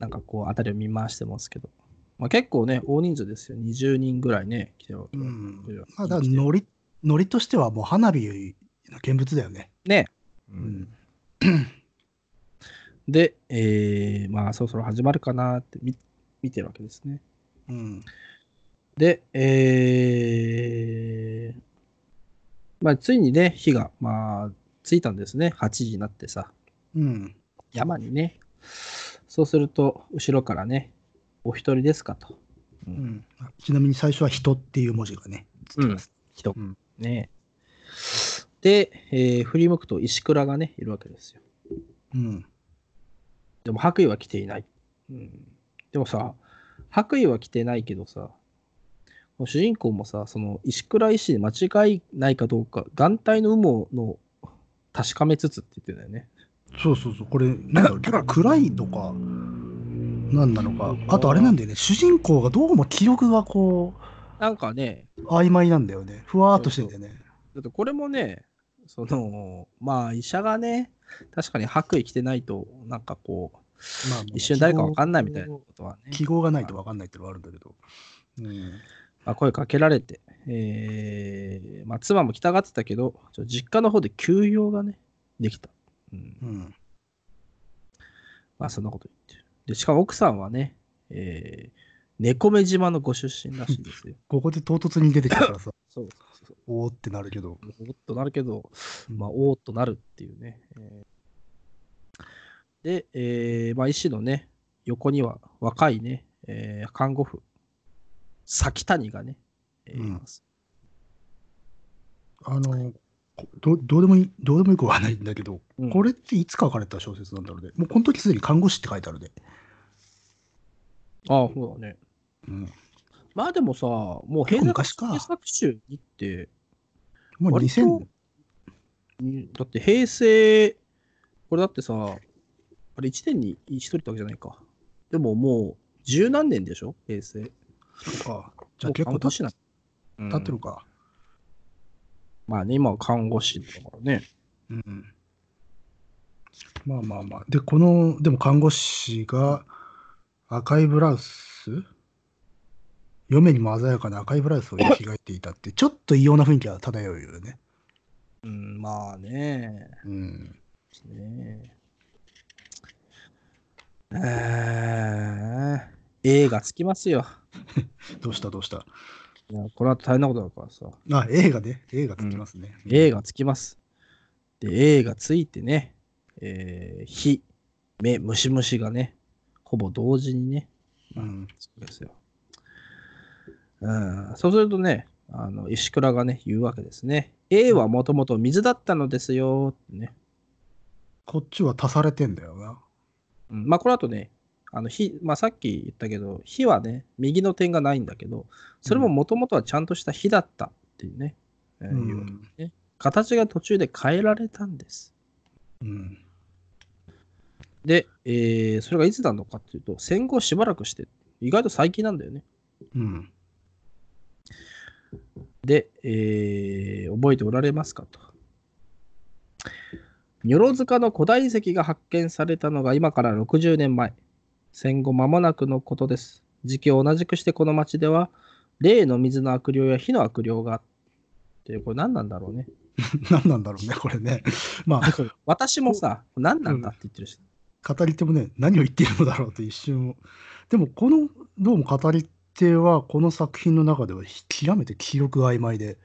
Speaker 1: なんかこう、辺りを見回してますけど。まあ、結構ね、大人数ですよ。20人ぐらいね、来てるわけ
Speaker 2: う
Speaker 1: で
Speaker 2: ん
Speaker 1: これは
Speaker 2: まあ、だからノリノリとしてはもう花火の見物だよね。
Speaker 1: ね。
Speaker 3: う
Speaker 2: うんん
Speaker 1: で、えー、まあ、そろそろ始まるかなって見見てるわけですね。
Speaker 2: うん
Speaker 1: で、えー、まあ、ついにね、火が、まあ、ついたんですね。8時になってさ、
Speaker 2: うん。
Speaker 1: 山にね。そうすると、後ろからね、お一人ですかと。
Speaker 2: うんちなみに最初は人っていう文字がね、つきます。
Speaker 1: 人。
Speaker 2: うん
Speaker 1: ねで、えー振り向くと石倉がね、いるわけですよ。
Speaker 2: うん。
Speaker 1: でも白衣は着ていない。うん、でもさ、白衣は着てないけどさ、主人公もさ、その石倉医師で間違いないかどうか、眼帯の有無の確かめつつって言ってたよね。
Speaker 2: そうそうそう、これ、なんか暗いのか、なんなのか、あとあれなんだよね、主人公がどうも記憶がこ
Speaker 1: なんかね、
Speaker 2: う、曖昧なんだよね、ふわーっとしてんだよね。
Speaker 1: だってこれもね、その、まあ医者がね、確かに白衣着てないと、なんかこう、
Speaker 2: まあまあ
Speaker 1: 一瞬誰かわかんないみたいなことはね。
Speaker 2: 記号がないとわかんないってのはあるんだけど。うん。
Speaker 1: まあ、声かけられて、えーまあ、妻も来たがってたけど、ちょっと実家の方で休養がね、できた。うん
Speaker 2: うん。
Speaker 1: まあ、そんなこと言ってる。で、しかも奥さんはね、えー、猫目島のご出身らしいですよ。
Speaker 2: ここで唐突に出てきたからさ、
Speaker 1: (laughs)
Speaker 2: (laughs)
Speaker 1: そうそうそう
Speaker 2: おーってなるけど。
Speaker 1: おっとなるけど、まあ、おーっとなるっていうね。えーで、えーまあ、医師のね、横には若いね、えー看護婦、崎谷がね、えー
Speaker 2: うん
Speaker 1: います。
Speaker 2: あの、こどどうでもいい、どうでもよくはないんだけど、
Speaker 1: うん
Speaker 2: これっていつ書かれた小説なんだろうね。もうこの時すでに看護師って書いてあるで。
Speaker 1: ああ、そうだね。
Speaker 2: うん。
Speaker 1: まあでもさ、もう平
Speaker 2: 結構
Speaker 1: 成
Speaker 2: 昔か
Speaker 1: 作集にって、
Speaker 2: もう
Speaker 1: 割と
Speaker 2: 2000、
Speaker 1: にだって平成、これだってさ、あれ1年に1人ってわけじゃないか。でももう十何年でしょ平成。
Speaker 2: とか、じ
Speaker 1: じ
Speaker 2: ゃあ結構経
Speaker 1: 師な
Speaker 3: うん
Speaker 2: 経ってるか。
Speaker 1: まあね、今は看護師だからね。
Speaker 2: うん。まあまあまあ。で、この、でも看護師が赤いブラウス嫁にも鮮やかな赤いブラウスを着替えていたって、ちょっと異様な雰囲気は漂うよね。
Speaker 1: うん、まあね。
Speaker 2: うん。
Speaker 1: ねえー、A がつきますよ。
Speaker 2: どうしたどうした。
Speaker 1: いや、この後大変なことだからさ。
Speaker 2: あ、映画ね。映画つきますね。
Speaker 1: A がつきます。で、A がついてね、えー、火、目、ムシムシがね、ほぼ同時にね、
Speaker 2: うん。
Speaker 1: つくんですよ。うん、そうするとね、あの石倉がね、言うわけですね。A はもともと水だったのですよ、ってね。
Speaker 2: こっちは足されてんだよな。
Speaker 1: うん、まあ、この後ね、あの火、まあ、さっき言ったけど、火はね、右の点がないんだけど、それももともとはちゃんとした火だったっていうね、えー
Speaker 2: う。
Speaker 1: いうん形が途中で変えられたんです。
Speaker 2: うん。
Speaker 1: で、えーそれがいつなのかっていうと、戦後しばらくして、意外と最近なんだよね。
Speaker 2: うん。 (laughs)
Speaker 1: で、えー覚えておられますかと。如炉塚の古代遺跡が発見されたのが今から60年前、戦後間もなくのことです。時期を同じくしてこの町では、例の水の悪霊や火の悪霊があって、これ何なんだろう (laughs) ね。
Speaker 2: 何なんだろうね、これね。まあ、
Speaker 1: 私もさ、何なんだって言ってるし、
Speaker 2: 語り手もね、何を言っているのだろうと一瞬。でも、この、どうも語り手は、この作品の中では極めて記憶が曖昧で、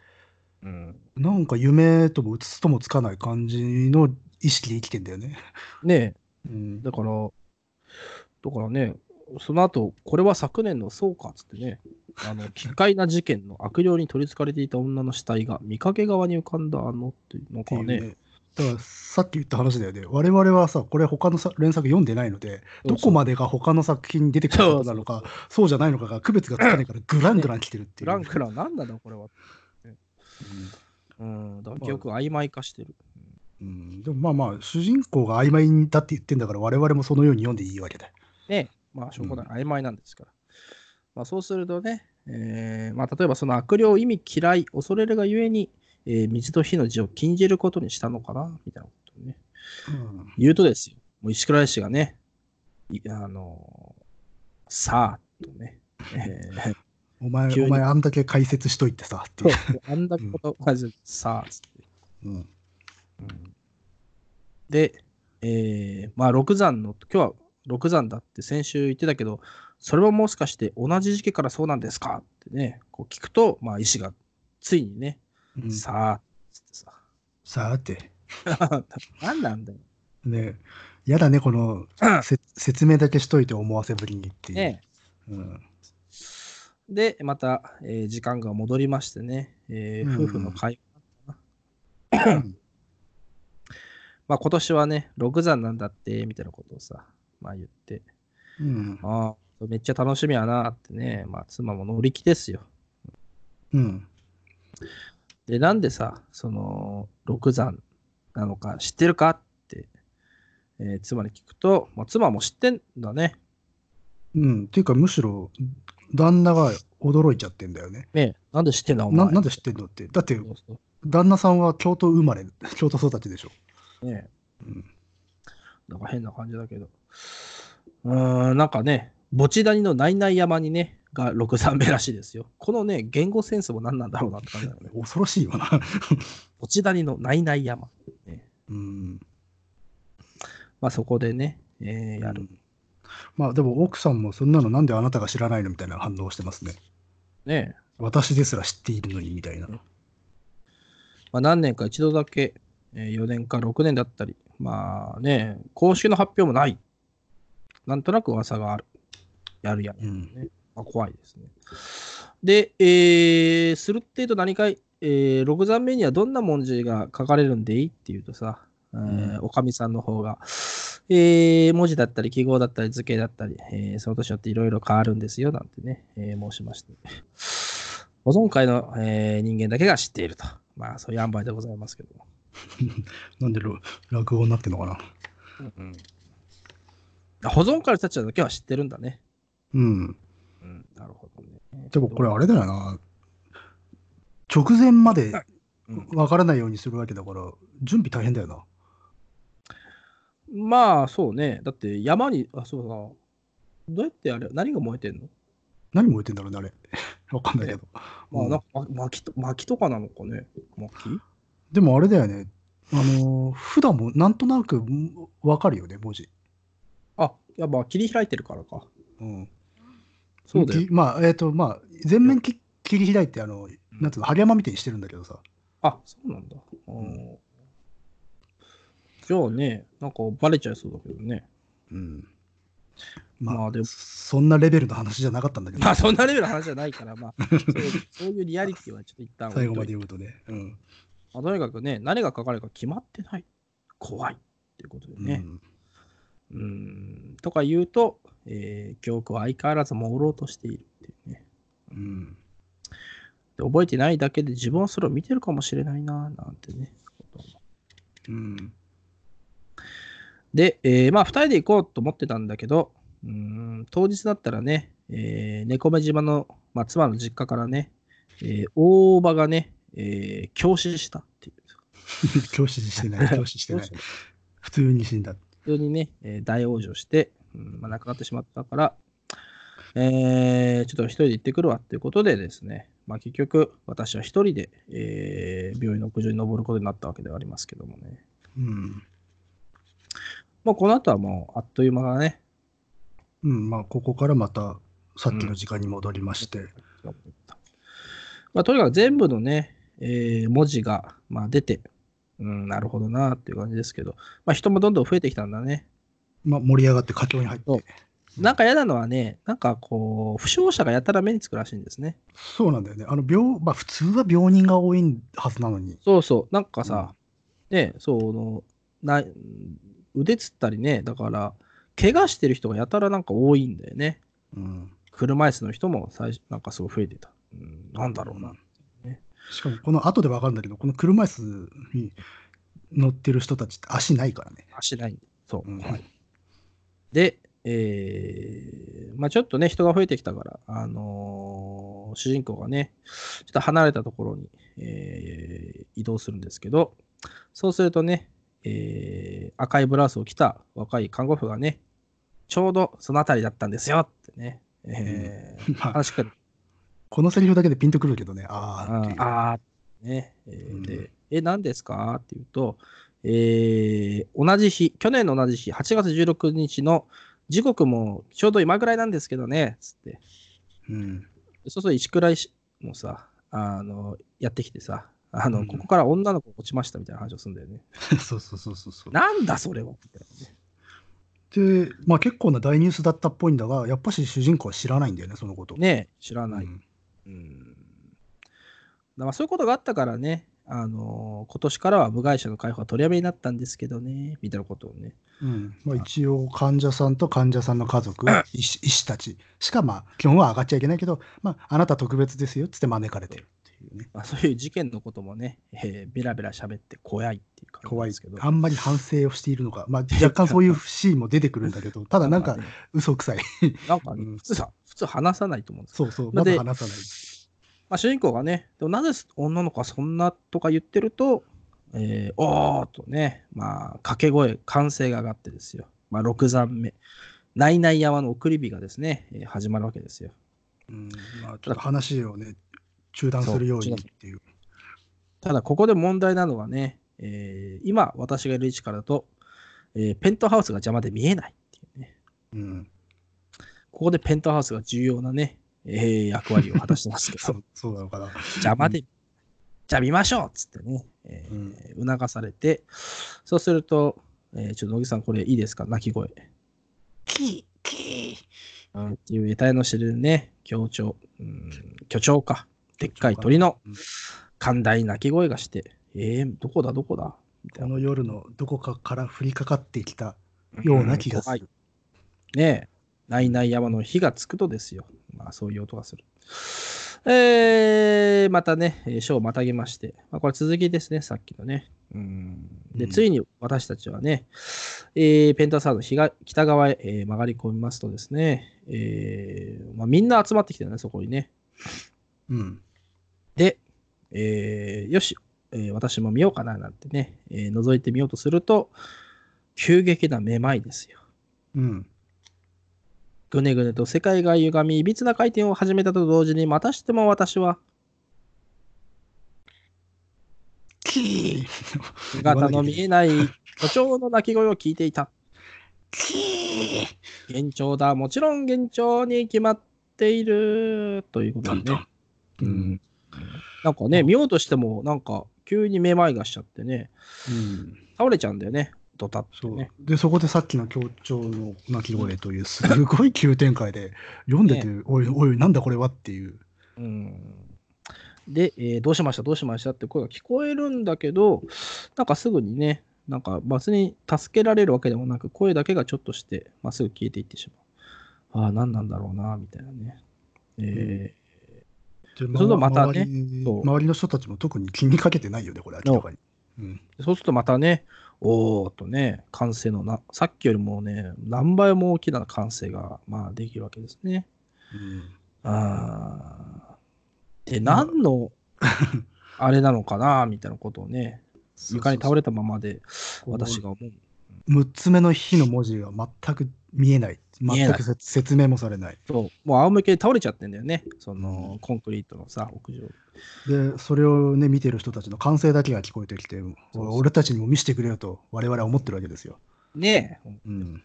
Speaker 1: うん
Speaker 2: なんか夢ともうつつともつかない感じの意識で生きてんだよね。
Speaker 1: ねえ、
Speaker 2: うん。
Speaker 1: だから、だからね、その後、これは昨年のそうかっつってね、あ
Speaker 2: (laughs)
Speaker 1: の、奇怪な事件の悪霊に取り憑かれていた女の死体が見かけ側に浮かんだあのっていうの
Speaker 2: って
Speaker 1: か
Speaker 2: いう
Speaker 1: ね。
Speaker 2: ね。だからさっき言った話だよね。我々はさ、これ他のさ連作読んでないので、どこまでが他の作品に出てくることなのか、そうじゃないのかが区別がつかないから、グラングラン来てるっ
Speaker 1: ク
Speaker 2: ていう。
Speaker 1: ランクラン、なんだろう、これは。
Speaker 2: う
Speaker 1: うん、だから記憶曖昧化してる。
Speaker 2: んうんでもまあまあ、主人公が曖昧だって言ってんだから、我々もそのように読んでいいわけだよ。
Speaker 1: ね、まあ、証拠だ、曖昧なんですから。まあ、そうするとね、えーまあ、例えばその悪霊を意味嫌い、恐れるがゆえに、えー水と火の字を禁じることにしたのかな、みたいなことをね。
Speaker 2: うん
Speaker 1: 言うとですよ、もう石倉氏がね、いあのーさあ、とね、えー
Speaker 2: お前、
Speaker 1: 急に
Speaker 2: お前、あんだけ解説しといてさ、って
Speaker 1: そ
Speaker 2: いう (laughs) う。
Speaker 1: あんだけこと、まずさあ、つって。
Speaker 2: うん
Speaker 1: で、えーまあ、六山の、今日は六山だって先週言ってたけど、それはもしかして同じ時期からそうなんですかってね、こう聞くと、まあ、医師がついにね、
Speaker 2: うんさ
Speaker 1: さあ、つってさ、 (laughs)
Speaker 2: あって。
Speaker 1: 何なん
Speaker 2: (laughs)
Speaker 1: だよ。
Speaker 2: ねやだね、この
Speaker 1: うん
Speaker 2: せ説明だけしといて思わせぶりにっていう。
Speaker 1: ね
Speaker 2: うん
Speaker 1: で、また、えー時間が戻りましてね、えー
Speaker 2: うん
Speaker 1: 夫婦の会話だったな (coughs) まあ今年はね、六山なんだって、みたいなことをさ、まあ言って、
Speaker 2: うん
Speaker 1: ああ、めっちゃ楽しみやなってね、まあ妻も乗り気ですよ。
Speaker 2: うん
Speaker 1: で、なんでさ、その、六山なのか知ってるかって、えー妻に聞くと、まあ、妻も知ってんだね。
Speaker 2: うん、っていうかむしろ旦那が驚いちゃってんだよね。
Speaker 1: ねえなんで知ってんだ、お前。
Speaker 2: ななんで知ってんのって。だって
Speaker 1: そうそ
Speaker 2: 旦那さんは京都生まれ、京都育ちでしょ。
Speaker 1: うねえ
Speaker 2: うん、
Speaker 1: なんか変な感じだけど。うーん、なんかね、墓地谷のナイナイ山にね、が六三目らしいですよ。このね、言語センスも何なんだろうなって感じだよね。
Speaker 2: 恐ろしいわな。 (laughs)
Speaker 1: 墓地谷のナイナイ山。
Speaker 2: うん、
Speaker 1: まあそこでね、えーやる。
Speaker 2: まあでも奥さんもそんなのなんであなたが知らないのみたいな反応をしてますね。
Speaker 1: ねえ
Speaker 2: 私ですら知っているのにみたいな。
Speaker 1: まあ何年か一度だけ、え4年か6年だったり、まあね、公式の発表もない。なんとなく噂がある。やるやる。
Speaker 2: うん
Speaker 1: まあ、怖いですね。で、えー、するってえと何かい、えー、6座目にはどんな文字が書かれるんでいいっていうとさ、えー
Speaker 2: うん
Speaker 1: おかみさんの方が、えー文字だったり記号だったり図形だったり、えーその年によっていろいろ変わるんですよなんてね、えー申しまして。保存会の、えー人間だけが知っていると。まあそういう塩梅でございますけども。
Speaker 2: なんでろ落語になってんのかな。
Speaker 1: 保存会の人たちだけは知ってるんだね。
Speaker 2: うん。
Speaker 1: うん、なるほどね。
Speaker 2: でもこれあれだよな。直前まで
Speaker 1: うん
Speaker 2: わからないようにするわけだから、準備大変だよな。
Speaker 1: まあそうね。だって山に、あ、そうだな。どうやってあれ、何が燃えてんの
Speaker 2: 何燃えてんだろうね、あれ。 (laughs) わかんないけど。
Speaker 1: まあ
Speaker 2: うん
Speaker 1: なんか、ま薪と、薪とかなのかね。薪
Speaker 2: でもあれだよね。あのー普段もなんとなくんわかるよね、文字。
Speaker 1: あ、いやまあ切り開いてるからか。
Speaker 2: うん。
Speaker 1: そうだよ
Speaker 2: き。まあ、えっ、と、まあ、全面き切り開いて、あの、なんつうの、針山みたいにしてるんだけどさ。
Speaker 1: あ、そうなんだ。うん。じゃあね、なんかバレちゃいそうだけどね。
Speaker 2: うん。まあ、
Speaker 1: まあでも、 (laughs)
Speaker 2: そんなレベルの話じゃなかったんだけど、
Speaker 1: まあそんなレベルの話じゃないから、まあ、そうそういうリアリティはちょっと一旦置いと
Speaker 2: 最後
Speaker 1: いて
Speaker 2: まで読むとね。うん。
Speaker 1: まあとにかくね、何が書かれるか決まってない。怖い。っていうことでね。
Speaker 2: うん
Speaker 1: うーんとか言うと、ええー記憶は相変わらず朦朧としているっていうね。
Speaker 2: うん。
Speaker 1: で覚えてないだけで自分はそれを見てるかもしれないな、なんてね。
Speaker 2: うん。
Speaker 1: で、えーまあ、2人で行こうと思ってたんだけど、うーん当日だったらね、えー猫目島の、まあ、妻の実家からね、えー大場がね、えー教師したっていう。
Speaker 2: (laughs) 教師して
Speaker 1: (laughs)
Speaker 2: ない、教師してない。普通に死んだ。
Speaker 1: 普通にね、えー大往生して、うんまあ、亡くなってしまったから、えーちょっと一人で行ってくるわっていうことでですね、まあ、結局、私は一人で、えー病院の屋上に登ることになったわけではありますけどもね。
Speaker 2: うん。
Speaker 1: もうこの後はもう、あっという間だね。
Speaker 2: うん、まあ、ここからまた、さっきの時間に戻りまして。
Speaker 1: まあ、とにかく全部のね、えー文字が、まあ、出て、うん、なるほどなっていう感じですけど、まあ、人もどんどん増えてきたんだね。
Speaker 2: まあ、盛り上がって佳境に入って。
Speaker 1: そうなんか嫌なのはね、なんかこう、負傷者がやたら目につくらしいんですね。
Speaker 2: そうなんだよね。あの病、まあ、普通は病人が多いはずなのに。
Speaker 1: そうそう、なんかさ、ね、そのな、腕つったりね、だから、怪我してる人がやたらなんか多いんだよね。
Speaker 2: うん。
Speaker 1: 車椅子の人も最初、なんかすごい増えてた。うん、なんだろうな。ね
Speaker 2: しかも、この後でわかるんだけど、この車椅子に乗ってる人たちって足ないからね。
Speaker 1: 足ないんで。そう。
Speaker 2: うん
Speaker 1: はいで、えーまあ、ちょっとね、人が増えてきたから、あのー主人公がね、ちょっと離れたところに、えー移動するんですけど、そうするとね、えー赤いブラウスを着た若い看護婦がね、ちょうどそのあたりだったんですよってね、えー
Speaker 2: (laughs) まあ、
Speaker 1: 話しかけて
Speaker 2: このセリフだけでピンとくるけどね、あ
Speaker 1: あ
Speaker 2: ーっていう。
Speaker 1: あーね、えー
Speaker 2: うん
Speaker 1: で、え、何ですかって言うと、えー同じ日、去年の同じ日、8月16日の時刻もちょうど今ぐらいなんですけどね、つって。 (laughs)
Speaker 2: うん。
Speaker 1: そうそう、石倉医師もさ、あの、やってきてさ、あの、
Speaker 2: うん
Speaker 1: ここから女の子落ちましたみたいな話をするんだよね。
Speaker 2: そうそうそうそうそう。
Speaker 1: なんだそれはみたいなね
Speaker 2: で、まあ、結構な大ニュースだったっぽいんだが、やっぱし主人公は知らないんだよね、そのこと。
Speaker 1: ねえ知ら
Speaker 2: う
Speaker 1: ない。
Speaker 2: ん
Speaker 1: うんだからそういうことがあったからね、あの今年からは部外者の解放は取りやめになったんですけどね、みたいなことをね、
Speaker 2: うんまあ、一応、患者さんと患者さんの家 (laughs) 族、医師医師たちしか、まあ、基本は上がっちゃいけないけど、まあ、あなた特別ですよっつって招かれてるっていうね。
Speaker 1: まあ、そういう事件のこともね、えー、ベラベラ喋って怖いっていう感じなん
Speaker 2: 怖
Speaker 1: で
Speaker 2: いですす
Speaker 1: け
Speaker 2: け
Speaker 1: ど
Speaker 2: ど。。あんまり反省をしているのか、 (laughs) まあ、若干そういうシーンも出てくるんだけど、ただ (laughs) なんか、
Speaker 1: ね、
Speaker 2: 嘘くさい。
Speaker 1: なんかね
Speaker 2: うん
Speaker 1: 普通さ、普通話さないと思うんですよ。
Speaker 2: そうそう、
Speaker 1: まあ
Speaker 2: ま
Speaker 1: で
Speaker 2: だ話さない。
Speaker 1: まあ、主人公がね、でもなぜ女の子はそんなとか言ってると、えー、おーっとね、まあ、掛け声、歓声が上がってですよ。まあ、6山目。ナイナイ山の送り火がですね、えー始まるわけですよ。
Speaker 2: うんまあ、ちょっと話をね、中断するようにっていう。
Speaker 1: ただ、ここで問題なのはね、えー今、私がいる位置からだと、えーペントハウスが邪魔で見えないっていうね。
Speaker 2: うん、
Speaker 1: ここでペントハウスが重要なね、えー役割を果たしてますけ
Speaker 2: (laughs) そ
Speaker 1: ど、
Speaker 2: うそうなのかな。
Speaker 1: 邪魔で、じゃあ見ましょうっつってね、えー
Speaker 2: うん
Speaker 1: 促されて、そうすると、えーちょっと野木さん、これいいですか、鳴き声。
Speaker 2: キー、キ
Speaker 1: うんっていう得体の知れるね、強調、うん、巨鳥か、でっかい
Speaker 2: 巨
Speaker 1: 鳥
Speaker 2: 鳥か
Speaker 1: の
Speaker 2: うん
Speaker 1: 寛大な鳴き声がして、えー、どこだ、どこだみ
Speaker 2: ー。
Speaker 1: た
Speaker 2: こ
Speaker 1: いな。
Speaker 2: の夜のどこかから降りかかってきたような気がす
Speaker 1: 怖
Speaker 2: る
Speaker 1: い。ねえ、ないない山の火がつくとですよ。まあ、そういう音がする。えー、またね、えー章をまたげまして、まあ、これ続きですね、さっきのね。うんで、
Speaker 2: うん
Speaker 1: ついに私たちはね、えーペンタサードの東北側へ、えー曲がり込みますとですね、えーまあ、みんな集まってきてるね、そこにね。
Speaker 2: うん。
Speaker 1: で、えーよし、えー私も見ようかななんてね、えー覗いてみようとすると、急激なめまいですよ。
Speaker 2: うん。
Speaker 1: ぐねぐねと世界が歪み、いびつな回転を始めたと同時に、またしても私は、
Speaker 2: キー
Speaker 1: 姿の見えない、巨鳥の鳴き声を聞いていた。
Speaker 2: キー
Speaker 1: 幻聴だ、もちろん幻聴に決まっている、ということ
Speaker 2: どん
Speaker 1: で
Speaker 2: ど
Speaker 1: ね
Speaker 2: ん。。うん。
Speaker 1: なんかね、見ようとしても、なんか、急にめまいがしちゃってね、
Speaker 2: うん。
Speaker 1: 倒れちゃうんだよね、ドタッ
Speaker 2: そ
Speaker 1: と
Speaker 2: う
Speaker 1: ね。
Speaker 2: で、そこでさっきの協調の鳴き声という、すごい急展開で、読んでて、おいおい、なんだこれはっていう。
Speaker 1: うんで、えーどうしましたどうしましたって声が聞こえるんだけど、なんかすぐにね、なんか別に助けられるわけでもなく、声だけがちょっとして、まあ、すぐ消えていってしまう。ああ、何なんだろうな、みたいなね。え
Speaker 2: それ
Speaker 1: それとまたね
Speaker 2: 周り
Speaker 1: そう
Speaker 2: 周りの人たちも特に気にかけてないよね、これ、明らかに。うん、
Speaker 1: ーそうするとまたね、おーっとね、歓声のな、さっきよりもね、何倍も大きな歓声が、まあ、できるわけですね。
Speaker 2: うん
Speaker 1: あーで、何
Speaker 2: (laughs)
Speaker 1: の、あれなのかな、みたいなことをね、床に倒れたままで、私が思う。
Speaker 2: 6つ目の日の文字が全く見えない。
Speaker 1: 見え
Speaker 2: 全
Speaker 1: ない
Speaker 2: くせ説明もされない。
Speaker 1: そう、もう仰向けに倒れちゃってんだよね、そ
Speaker 2: うん
Speaker 1: の、コンクリートのさ、屋上。
Speaker 2: で、それをね、見てる人たちの歓声だけが聞こえてきて、
Speaker 1: そう
Speaker 2: 俺たちにも見せてくれよと我々は思ってるわけですよ。
Speaker 1: ねえ、
Speaker 2: うん。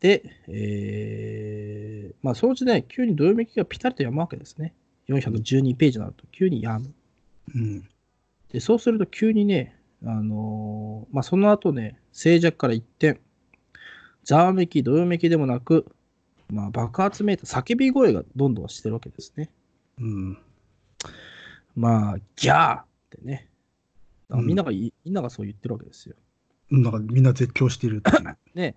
Speaker 1: で、えー、まあ、そのうちね、急にどよめきがピタリと止むわけですね。412ページになると、急に止む。
Speaker 2: うん。
Speaker 1: で、そうすると急にね、あのーまあ、その後ね、静寂から一転、ざわめき、どよめきでもなく、まあ、爆発めいた叫び声がどんどんしてるわけですね。
Speaker 2: うん。
Speaker 1: まあ、ギャーってね。だから
Speaker 2: うん
Speaker 1: みんながい、みんながそう言ってるわけですよ。
Speaker 2: なんかみんな絶叫してるって (laughs) いう。
Speaker 1: ね。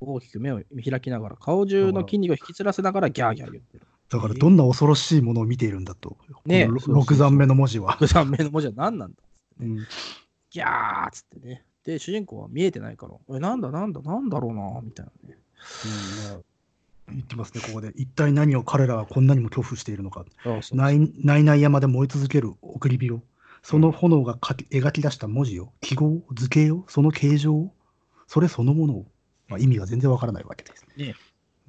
Speaker 1: 大きく目を見開きながら、顔中の筋肉を引きずらせながら、ギャーギャー言ってる。
Speaker 2: だからどんな恐ろしいものを見ているんだと。
Speaker 1: ね
Speaker 2: この
Speaker 1: そうそうそ
Speaker 2: 6
Speaker 1: う
Speaker 2: 段目の文字は。
Speaker 1: 3名の文字は何なんだ
Speaker 2: うん。
Speaker 1: ギャーっつってね。で、主人公は見えてないから、え、なんだなんだなんだろうなみたいなね。
Speaker 2: 言ってますね、ここで。一体何を彼らはこんなにも恐怖しているのか。
Speaker 1: ああそう
Speaker 2: ないないない山で燃え続ける送り火を、その炎がかき描き出した文字を、記号を、図形を、その形状を、それそのものを、まあ、意味が全然わからないわけです。
Speaker 1: ね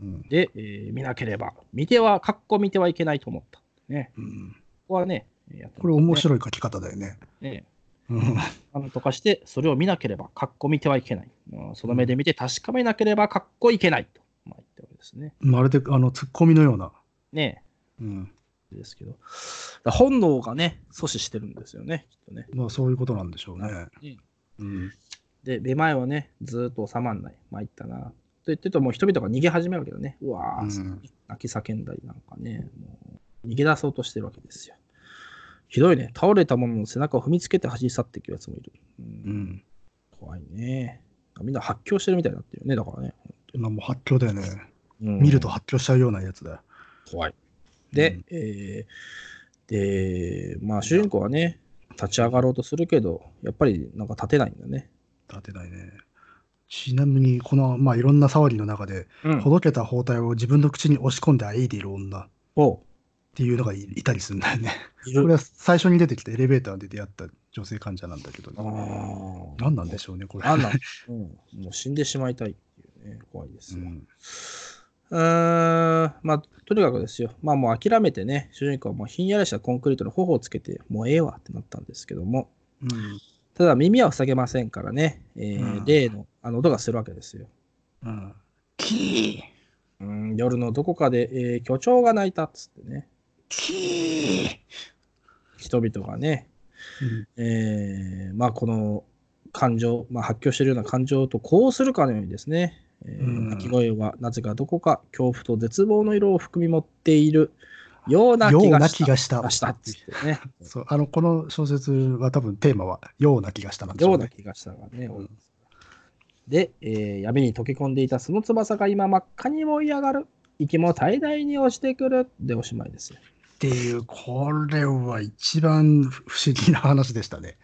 Speaker 2: うん
Speaker 1: で、えー見なければ、見ては、かっこ見てはいけないと思った。ね、
Speaker 2: うん、
Speaker 1: ここはね、やってますね
Speaker 2: これ面白い書き方だよね。
Speaker 1: ね。
Speaker 2: うん
Speaker 1: なんとかして、それを見なければ、かっこ見てはいけない。うんその目で見て確かめなければ、かっこいけないと、まあ、言ったわけですね。
Speaker 2: まるであのツッコミのような。
Speaker 1: ね
Speaker 2: うん
Speaker 1: ですけど、だから本能がね、阻止してるんですよね、きっとね。
Speaker 2: まあ、そういうことなんでしょうね。
Speaker 1: ね
Speaker 2: うん
Speaker 1: で、めまいはね、ずーっと収まんない。参ったな。と言ってると、もう人々が逃げ始めるわけどね。うわー、
Speaker 2: うん
Speaker 1: 泣き叫んだりなんかね、もう逃げ出そうとしてるわけですよ。ひどいね。倒れた者の背中を踏みつけて走り去っていくやつもいる。う、
Speaker 2: うんん
Speaker 1: 怖いね。みんな発狂してるみたいになってるよね、だからね。
Speaker 2: まあもう発狂だよね。
Speaker 1: うん
Speaker 2: 見ると発狂しちゃうようなやつだよ。
Speaker 1: 怖い。で、
Speaker 2: うん
Speaker 1: えーで、まあ主人公はね、立ち上がろうとするけど、やっぱりなんか立てないんだね。
Speaker 2: 立てないね。ちなみに、この、まあ、いろんな騒ぎの中で、
Speaker 1: うん
Speaker 2: ほどけた包帯を自分の口に押し込んであえいでいる女っ
Speaker 1: お
Speaker 2: ていうのがいいたりするんだよ (laughs) ね。
Speaker 1: い
Speaker 2: こ
Speaker 1: る
Speaker 2: れは最初に出てきたエレベーターで出会った女性患者なんだけど、
Speaker 1: あー
Speaker 2: 何なんでしょうね、これ。
Speaker 1: あんなん、 (laughs) うん、もう死んでしまいたいっていうね、怖いです
Speaker 2: う
Speaker 1: よ。
Speaker 2: ん
Speaker 1: うーん、まあ、とにかくですよ。まあ、もう諦めてね、主人公はもうひんやりしたコンクリートの頬をつけて、もうええわってなったんですけども、
Speaker 2: うん
Speaker 1: ただ耳は塞げませんからね、えー
Speaker 2: うん
Speaker 1: 例のあの音がするわけですよ。
Speaker 2: うんキー
Speaker 1: うん、夜のどこかで、えー巨鳥が鳴いたっつってね、
Speaker 2: キ
Speaker 1: 人々がね、
Speaker 2: ー、うん
Speaker 1: えーまあ、この感情、まあ、発狂しているような感情とこうするかのようにですね、えー
Speaker 2: うん
Speaker 1: 鳴き声はなぜかどこか恐怖と絶望の色を含み持っているような
Speaker 2: よ
Speaker 1: 気
Speaker 2: う
Speaker 1: が
Speaker 2: な
Speaker 1: し
Speaker 2: 気
Speaker 1: た。
Speaker 2: がした。
Speaker 1: がしたっつってね。
Speaker 2: そうあのこの小説は多分テーマは「ような気がした」なんでし
Speaker 1: よ
Speaker 2: ょ
Speaker 1: う
Speaker 2: う
Speaker 1: な
Speaker 2: ね。
Speaker 1: 気がしたがね。
Speaker 2: うん
Speaker 1: で、えー闇に溶け込んでいたその翼が今真っ赤に燃え上がる。息も大々に押してくる。で、おしまいですよ。
Speaker 2: っていうこれは一番不思議な話でしたね。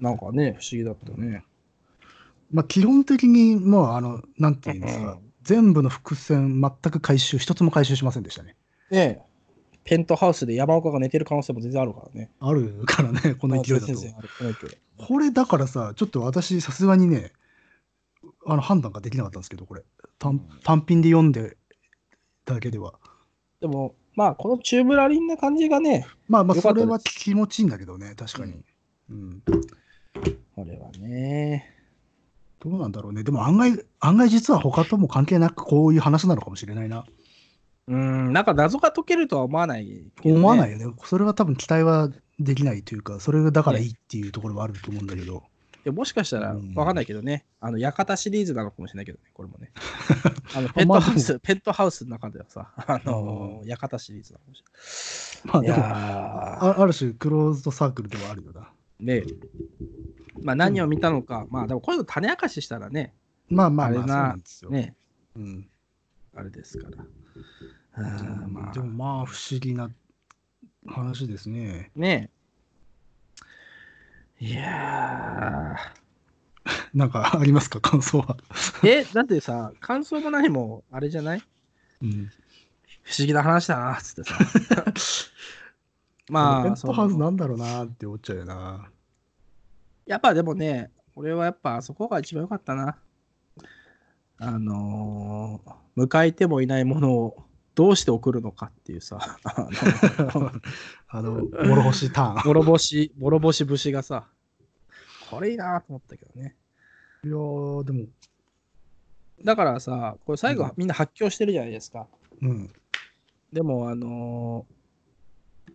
Speaker 1: なんかね、不思議だったね。
Speaker 2: まあ、基本的に、もう、あの、なんていうんです
Speaker 1: う
Speaker 2: か
Speaker 1: ん、
Speaker 2: 全部の伏線、全く回収、一つも回収しませんでしたね。
Speaker 1: ねえペントハウスで山岡が寝てる可能性も全然あるからね。
Speaker 2: あるから
Speaker 1: (laughs)
Speaker 2: ね、この勢いだと
Speaker 1: 全。然あるこの勢いだと
Speaker 2: これだからさ、ちょっと私、さすがにね、あの判断ができなかったんですけど、これ、単単品で読んでだけでは。
Speaker 1: でも、まあ、このチューブラリンな感じがね、
Speaker 2: まあまあ、
Speaker 1: よかっ
Speaker 2: そ
Speaker 1: たで
Speaker 2: れ
Speaker 1: す
Speaker 2: は気持ちいいんだけどね、確かに。うん、
Speaker 1: これはね。
Speaker 2: どうなんだろうね。でも案外、案外実は他とも関係なく、こういう話なのかもしれないな。
Speaker 1: うん、なんか謎が解けるとは思わない、
Speaker 2: 思わない
Speaker 1: い。
Speaker 2: よね。それは多分期待はできないというか、それがだからいいっていうところはあると思うんだけど。
Speaker 1: でもしかしたら
Speaker 2: うん
Speaker 1: 分かんないけどね、あの、館シリーズなのかもしれないけどね、これも
Speaker 2: (laughs)
Speaker 1: ね。あのペントハウス、ペントハウスの中ではさ、あの、館シリーズなのかもし
Speaker 2: まあ
Speaker 1: れ
Speaker 2: で
Speaker 1: ない。い
Speaker 2: も、
Speaker 1: やー
Speaker 2: あある種、クローズドサークルではあるよな。
Speaker 1: ねまあ、何を見たのか、まあ、でもこういうの種明かししたらね、
Speaker 2: まあまあ
Speaker 1: あれ
Speaker 2: ま
Speaker 1: な
Speaker 2: あ、そうなんですよ。
Speaker 1: ね、
Speaker 2: うん
Speaker 1: あれですから。あーま
Speaker 2: でも
Speaker 1: あ、
Speaker 2: まあ不思議な話ですね。 (laughs)
Speaker 1: ねえ。いや
Speaker 2: なんかありますか (laughs) 感想は。
Speaker 1: (laughs) ー。え、だってさ、感想も何も、あれじゃない
Speaker 2: うん、
Speaker 1: 不思議な話だな、つってさ。 (laughs)
Speaker 2: ま
Speaker 1: ま
Speaker 2: あ、ペ
Speaker 1: あ、
Speaker 2: ントハウス
Speaker 1: その
Speaker 2: なんだろうなって思っちゃうよな。
Speaker 1: やっぱでもね、俺はやっぱあそこが一番良かったな。あのー迎えてもいないものをどうして送るのかっていうさ、あの
Speaker 2: あの、諸星 (laughs) ターン。
Speaker 1: 諸星、諸星節がさ、これいいなと思ったけどね。
Speaker 2: いやー、でも、
Speaker 1: だからさ、これ最
Speaker 2: うん
Speaker 1: 後みんな発狂してるじゃないですか。
Speaker 2: うん。
Speaker 1: でも、あのー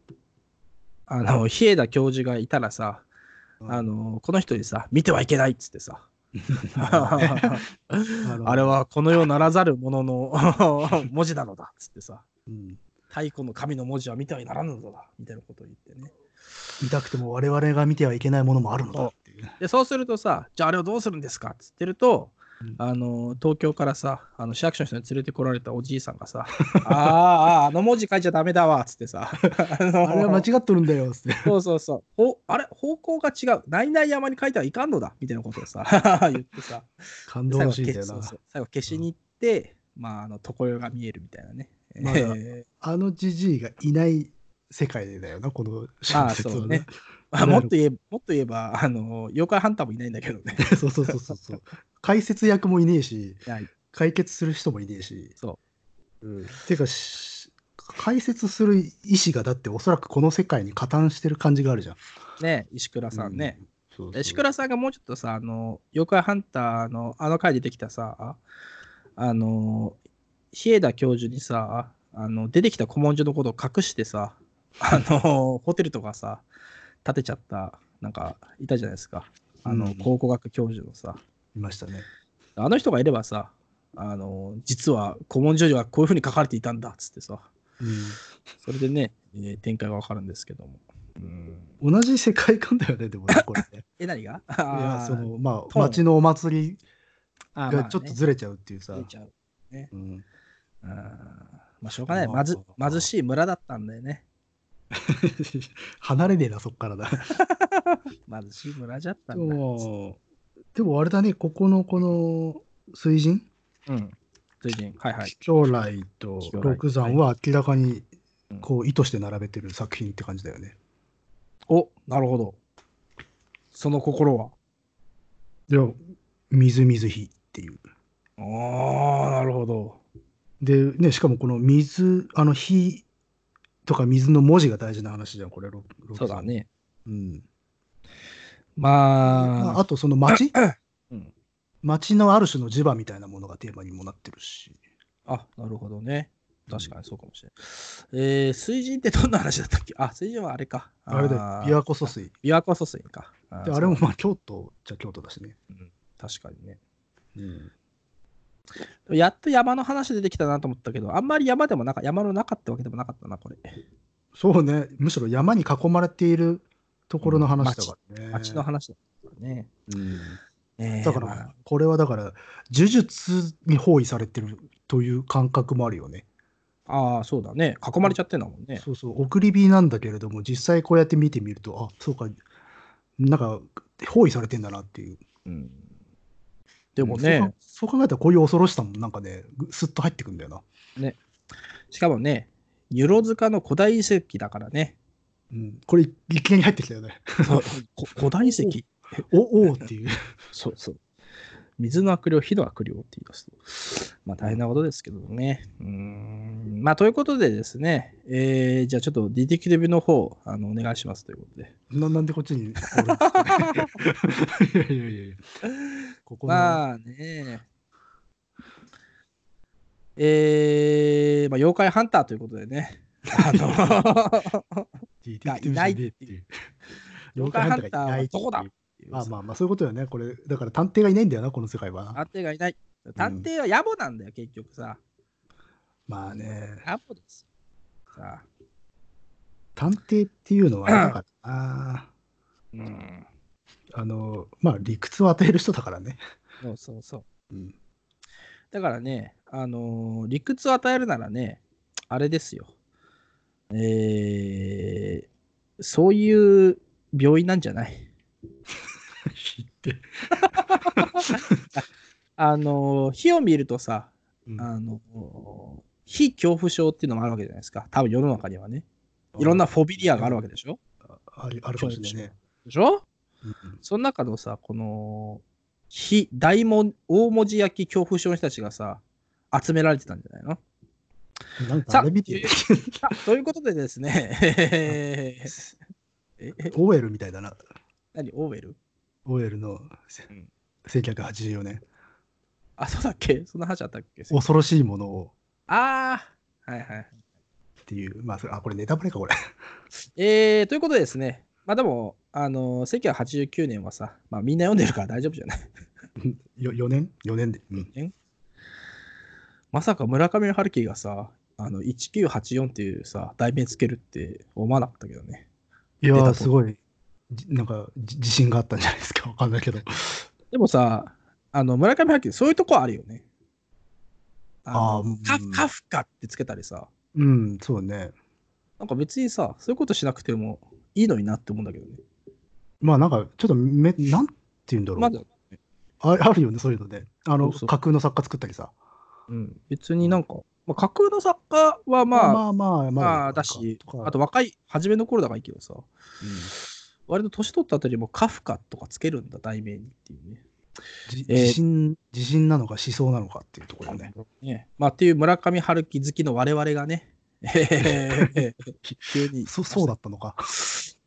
Speaker 1: あの、 (laughs) 日枝教授がいたらさ、あのーこの人にさ、見てはいけないっつって
Speaker 2: (laughs)
Speaker 1: さ、あれ
Speaker 2: は、
Speaker 1: はこの世ならざるものの (laughs) 文字なのだっつってさ、
Speaker 2: うん
Speaker 1: 太古の神の文字は見てはいならぬのだみたいなことを言ってね。
Speaker 2: 見たくても我々が見てはいけないものもあるのだっていう。
Speaker 1: で、そうするとさ、じゃああれをどうするんですかっつってると、
Speaker 2: うん
Speaker 1: あの東京からさあの市役所の人に連れてこられたおじいさんが
Speaker 2: (laughs)
Speaker 1: さ「あーあーあの文字書いちゃダメだわ」っつってさあの
Speaker 2: あれは間違っとるんだよっつって。
Speaker 1: そうそうそう。ほあれ方向が違う。ないない山に書いてはいかんのだみたいなことをさ、 (laughs) 言ってさ。
Speaker 2: (laughs) 感動
Speaker 1: 最
Speaker 2: ら
Speaker 1: 後
Speaker 2: しいんだよ
Speaker 1: そう
Speaker 2: な
Speaker 1: そ。う最後消しに行って、まあ、あの、床用が見えるみたいなね。
Speaker 2: まあ
Speaker 1: え
Speaker 2: あのじじいがいない世界だよな、こ
Speaker 1: ー
Speaker 2: の
Speaker 1: まあ、
Speaker 2: 小説
Speaker 1: そう
Speaker 2: は
Speaker 1: ね
Speaker 2: ね。。
Speaker 1: (laughs) まあ、もっと言えば、もっと言えば、あの、妖怪ハンターもいないんだけどね。
Speaker 2: そうそうそうそうそう。解説役もいねえし、
Speaker 1: (laughs) はい
Speaker 2: 解決する人もいねえし。。
Speaker 1: そう
Speaker 2: ん、てかし、解説する意思がだっておそらくこの世界に加担してる感じがあるじゃん。
Speaker 1: ね、石倉さんね。
Speaker 2: うん。そうそう
Speaker 1: え石倉さんがもうちょっとさ、あの、妖怪ハンターのあの回で出てきたさ、あの、日枝教授にさ、あの、出てきた古文書のことを隠してさ、あの、ホテルとかさ、建てちゃった、なんか、いたじゃないですか。あ
Speaker 2: う
Speaker 1: の、
Speaker 2: ん
Speaker 1: 考古学教授のさ、
Speaker 2: いましたね。
Speaker 1: あの人がいればさ、あの、実は古文書にはこういうふうに書かれていたんだっつってさ、それでね、えー展開がわかるんですけども。うん
Speaker 2: うん、同じ世界観だよね、でもね、これ
Speaker 1: (laughs)
Speaker 2: ね。
Speaker 1: え、何が
Speaker 2: いや、その、ま
Speaker 1: ー
Speaker 2: あ、町のお祭り
Speaker 1: あーまあ
Speaker 2: が
Speaker 1: ね
Speaker 2: ちょっとずれちゃうっていうさ。
Speaker 1: 出ちゃう。
Speaker 2: うん、 (laughs)
Speaker 1: うんまあ、しょうがない。
Speaker 2: まあ
Speaker 1: まず
Speaker 2: まあ
Speaker 1: 貧しい村だったんだよね。
Speaker 2: 離れねえな、そっからだ。
Speaker 1: 貧しい村じゃった
Speaker 2: で
Speaker 1: んだ。
Speaker 2: も、でもあれだね、ここのこの水神
Speaker 1: うん。随人、はいはい。
Speaker 2: 将来と
Speaker 1: 貴重来
Speaker 2: 六山は明らかに
Speaker 1: うん
Speaker 2: こう意図して並べてる作品って感じだよね。
Speaker 1: おなるほど。その心は。
Speaker 2: で、みずみずひっていう。
Speaker 1: ああ、なるほど。
Speaker 2: で、ね、しかもこの水、あの火とか水の文字が大事な話じゃん、これ、六六山
Speaker 1: そうだ。ね。
Speaker 2: うん。ま
Speaker 1: ま
Speaker 2: あ、
Speaker 1: あ、
Speaker 2: あとその町
Speaker 1: うん
Speaker 2: 町のある種の磁場みたいなものがテーマにもなってるし。
Speaker 1: あ、なるほどね。確かにそうかもしれない。えー、水人ってどんな話だったっけあ、水人はあれか。
Speaker 2: あれだよ、琵琶湖疎水。
Speaker 1: 琵琶湖疎水か。あ
Speaker 2: であれもまあ京都じゃ京都だしね。
Speaker 1: 確かにね。
Speaker 2: うん
Speaker 1: やっと山の話出てきたなと思ったけど、あんまり山でもなか山の中ってわけでもなかったな、これ。
Speaker 2: そうね、むしろ山に囲まれているところの話だからね。
Speaker 1: 町の話だったね。
Speaker 2: うん
Speaker 1: ねえ
Speaker 2: だか
Speaker 1: まあ
Speaker 2: ら、これはだから、呪術に包囲されてるという感覚もあるよね。
Speaker 1: ああ、そうだね。囲まれちゃってんだもんね。
Speaker 2: そうそう、送り火なんだけれども、実際こうやって見てみると、あそうか、なんか包囲されてんだなっていう。
Speaker 1: うん、で
Speaker 2: で
Speaker 1: もね、
Speaker 2: そう考えたらこういう恐ろしさもなんかね、ぐすっと入ってくんだよな。
Speaker 1: しかもね、ニュロ塚の古代遺跡だから
Speaker 2: (laughs)
Speaker 1: ね。
Speaker 2: うん、これ、いきなり入ってきたよね。 (laughs)
Speaker 1: こ古代遺跡
Speaker 2: おおーっていう。
Speaker 1: そうそう。水の悪霊、火の悪霊って言い出すと、まあ大変なことですけどね。うーん。まあということでですね、えー、じゃあちょっとディティクティブの方、あの、お願いしますということで。
Speaker 2: ななんでこっちにおるんですかね
Speaker 1: (laughs)
Speaker 2: いやいやいやいや。ここの
Speaker 1: まあね。えー、まあ妖怪ハンターということでね。あ
Speaker 2: (laughs)
Speaker 1: の、
Speaker 2: ディ
Speaker 1: がいないっていう
Speaker 2: う。
Speaker 1: 妖怪ハンターはどこだ
Speaker 2: っていうまあまあまあ、そういうことよね。これ、だから探偵がいないんだよな、この世界はな。
Speaker 1: 探偵がいない。探偵は野暮なんだよ、結局さ。
Speaker 2: まあね、
Speaker 1: 野暮ですよ。さあ。
Speaker 2: 探偵っていうのは、なんかあ
Speaker 1: うん。
Speaker 2: ーあの、まあ理屈を与える人だからね。
Speaker 1: そうそうそう。
Speaker 2: うん
Speaker 1: だからね、あのー理屈を与えるならね、あれですよ。えー、そういう病院なんじゃない
Speaker 2: 知って。
Speaker 1: あのー火を見るとさ、
Speaker 2: うん
Speaker 1: あのー火恐怖症っていうのもあるわけじゃないですか。多分世の中にはね。いろんなフォビリアがあるわけでしょ
Speaker 2: あるあるかもしれないね。
Speaker 1: でしょ
Speaker 2: うん
Speaker 1: その中のさ、この、非大文大文字焼き恐怖症の人たちがさ、集められてたんじゃないの
Speaker 2: うんなんかあれ
Speaker 1: (laughs)
Speaker 2: 見てる、
Speaker 1: さあということでですね、 (laughs) えーえ、え
Speaker 2: オーエルみたいだな。
Speaker 1: 何、オーウェル
Speaker 2: オーエルの
Speaker 1: うん
Speaker 2: 1984年、
Speaker 1: あ、そうだっけそんな話あったっけ
Speaker 2: 恐ろしいものを
Speaker 1: ああ、はいはい。
Speaker 2: っていう、まあ、それあ、これネタバレか、これ。 (laughs)
Speaker 1: えー、ということでですね、まあでも、あのー、1989年はさ、まあみんな読んでるから大丈夫じゃない (laughs)
Speaker 2: よ4年 ?4 年で。うん。
Speaker 1: まさか村上春樹がさ、あの、1984っていうさ、題名つけるって思わなかったけどね。
Speaker 2: いや
Speaker 1: 出た
Speaker 2: ー、
Speaker 1: と
Speaker 2: すごい、じなんか、じ自信があったんじゃないですか。わかんないけど。
Speaker 1: でもさ、あの、村上春樹、そういうとこあるよね。
Speaker 2: あ
Speaker 1: あの
Speaker 2: ー
Speaker 1: カ
Speaker 2: うん
Speaker 1: フカフカってつけたりさ、
Speaker 2: うん、そうね。
Speaker 1: なんか別にさ、そういうことしなくてもいいのになって思うんだけどね。
Speaker 2: まあ、なんか、ちょっとめ、なんて言うんだろう。
Speaker 1: まだ、
Speaker 2: ああるよね、そういうので。あの、
Speaker 1: そうそう
Speaker 2: 架空の作家作ったりさ。
Speaker 1: うん、別になんか、まあ、架空の作家はまあ、
Speaker 2: まあまあ、まあ
Speaker 1: まあだし
Speaker 2: とか
Speaker 1: あと若い、初めの頃だからいいけどさ、
Speaker 2: うん
Speaker 1: 割と年取ったあたりもカフカとかつけるんだ、題名にっていうね。
Speaker 2: じ
Speaker 1: えー
Speaker 2: 自信、自信なのか思想なのかっていうところね。
Speaker 1: ねまあ、っていう村上春樹好きの我々がね、 (laughs) 急に
Speaker 2: そそうだったのか。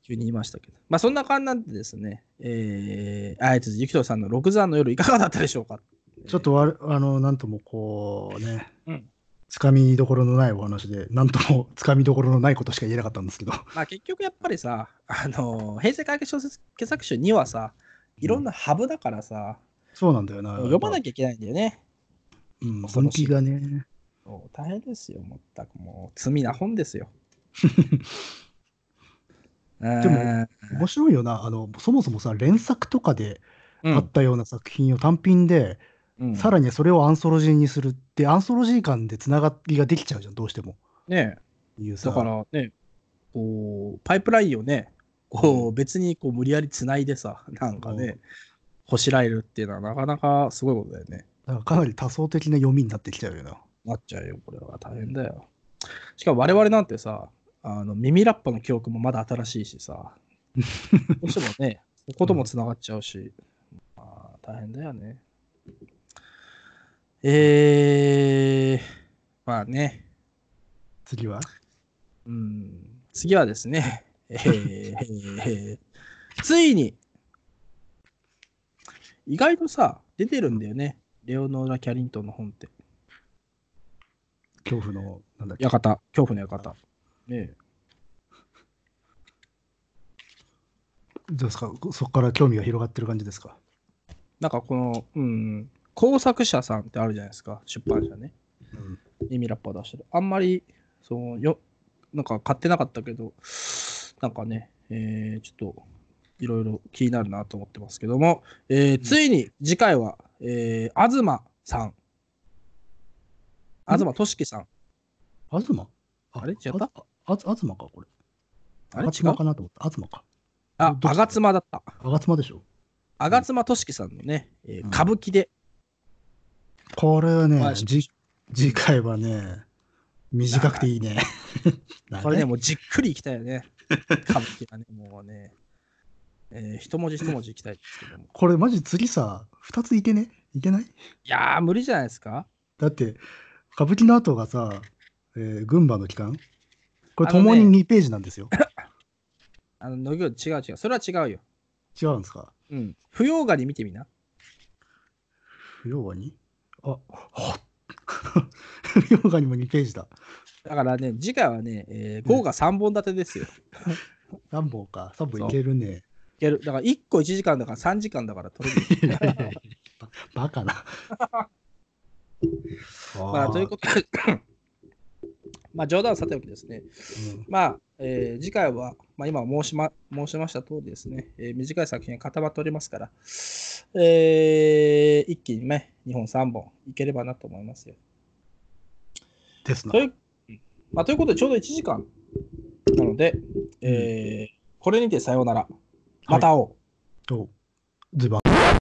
Speaker 1: 急に言いましたけど、まあそんな感じなんでですね、えー、あやつゆきとさんの六山の夜いかがだったでしょうか
Speaker 2: ちょっとわあの、なんともこうね
Speaker 1: うん、
Speaker 2: つかみどころのないお話で、なんと
Speaker 1: (laughs)
Speaker 2: もつかみどころのないことしか言えなかったんですけど。
Speaker 1: まあ結局やっぱりさ、あのー平成解決小説傑作集2はさ、いろんなハブだからさ、
Speaker 2: そうなんだよな。
Speaker 1: 読まな
Speaker 2: き
Speaker 1: きゃいけないんだよね。
Speaker 2: ゃ。うん、
Speaker 1: 恐ろ
Speaker 2: 本
Speaker 1: しい
Speaker 2: 気がね。
Speaker 1: そう大変ですよ、もったくもう、罪な本ですよ。で
Speaker 2: (laughs) でも、面白いよな。あの、そもそもさ、連作とかで
Speaker 1: うん
Speaker 2: あったような作品を単品で、
Speaker 1: うん
Speaker 2: さらにそれをアンソロジーにするって、アンソロジー間でつながりができちゃうじゃん、どうしても。
Speaker 1: ね
Speaker 2: いうさ
Speaker 1: だからね、こう、パイプラインをね、こう、別にこう無理やりつないでさ、なんか
Speaker 2: う
Speaker 1: ね
Speaker 2: ん、
Speaker 1: こしらえるっていうのはなかなかすごいことだよね。
Speaker 2: だからかなり多層的な読みになってきちゃうよな。
Speaker 1: なっちゃうよ、これは大変だよ。しかも我々なんてさ、あの耳ラッパの記憶もまだ新しいし (laughs) さ、どうしてもね、ここともつながっちゃうし、まあ、大変だよね。えー、まあね、
Speaker 2: 次は
Speaker 1: うん、次はです (laughs) ね、えーついに、意外とさ、出てるんだよね、レオノーラ・キャリントンの本って。
Speaker 2: 恐怖の、なんだっけ。
Speaker 1: 館、恐怖の館。ねえ
Speaker 2: どうですかそこから興味が広がってる感じですか
Speaker 1: なんかこの、うん、工作者さんってあるじゃないですか、出版社ね。
Speaker 2: うん。
Speaker 1: エミラッパー出してる。あんまり、そのよ、なんか買ってなかったけど、なんかね、えーちょっと、いろいろ気になるなと思ってますけども、えーついに次回は、えー、東さん。東俊樹さん。
Speaker 2: 東あ
Speaker 1: あれ違った
Speaker 2: あずあ東か、これ。
Speaker 1: あれ
Speaker 2: 吾
Speaker 1: 違
Speaker 2: 妻
Speaker 1: う
Speaker 2: かなと思った。東か。
Speaker 1: あ、
Speaker 2: どっ
Speaker 1: あ
Speaker 2: ち
Speaker 1: がつまだった。
Speaker 2: あがつまでしょ。
Speaker 1: あがつまとしきさんのね、えー
Speaker 2: うん
Speaker 1: 歌舞伎で、
Speaker 2: これはね
Speaker 1: はい、
Speaker 2: じ次回はね、短くていいね。
Speaker 1: (laughs) これね、
Speaker 2: 長い
Speaker 1: もうじっくりいきたいよね。歌舞伎はね、もうね、えー一文字一文字いきたいですけども。
Speaker 2: これマジ次さ、2ついけねいけない
Speaker 1: いやー、無理じゃないですか。
Speaker 2: だって、歌舞伎の後がさ、えー群馬の期間これ、
Speaker 1: あのね
Speaker 2: 共に2ページなんですよ。
Speaker 1: あの、のぎょ違う違う。それは違うよ。
Speaker 2: 違うんですか
Speaker 1: うん。不用がに見てみな。
Speaker 2: 不要ガにあ、あ (laughs) 不要ガにも2ページだ。
Speaker 1: だからね、次回はね、えー、5が3本立てですよ。
Speaker 2: 3本か。3本いける
Speaker 1: (laughs)
Speaker 2: ね。
Speaker 1: いける。だから1個1時間だから3時間だから取れる。
Speaker 2: いやいやいやばバカな。
Speaker 1: (laughs) まあ、という (coughs) こ
Speaker 2: こ
Speaker 1: とで、まあ冗談はさておきですね。
Speaker 2: と、
Speaker 1: まあ、えー次回は、まあ、今申し,、ま、申しました通りですね、えー短い作品が固まっておりますから、えー一気にね、2本3本いければなと思いますよ。
Speaker 2: ですな
Speaker 1: と。いうまあ、ということで、ちょうど1時間なので、えーこれにてさようなら。また会おう。
Speaker 2: と、ズバ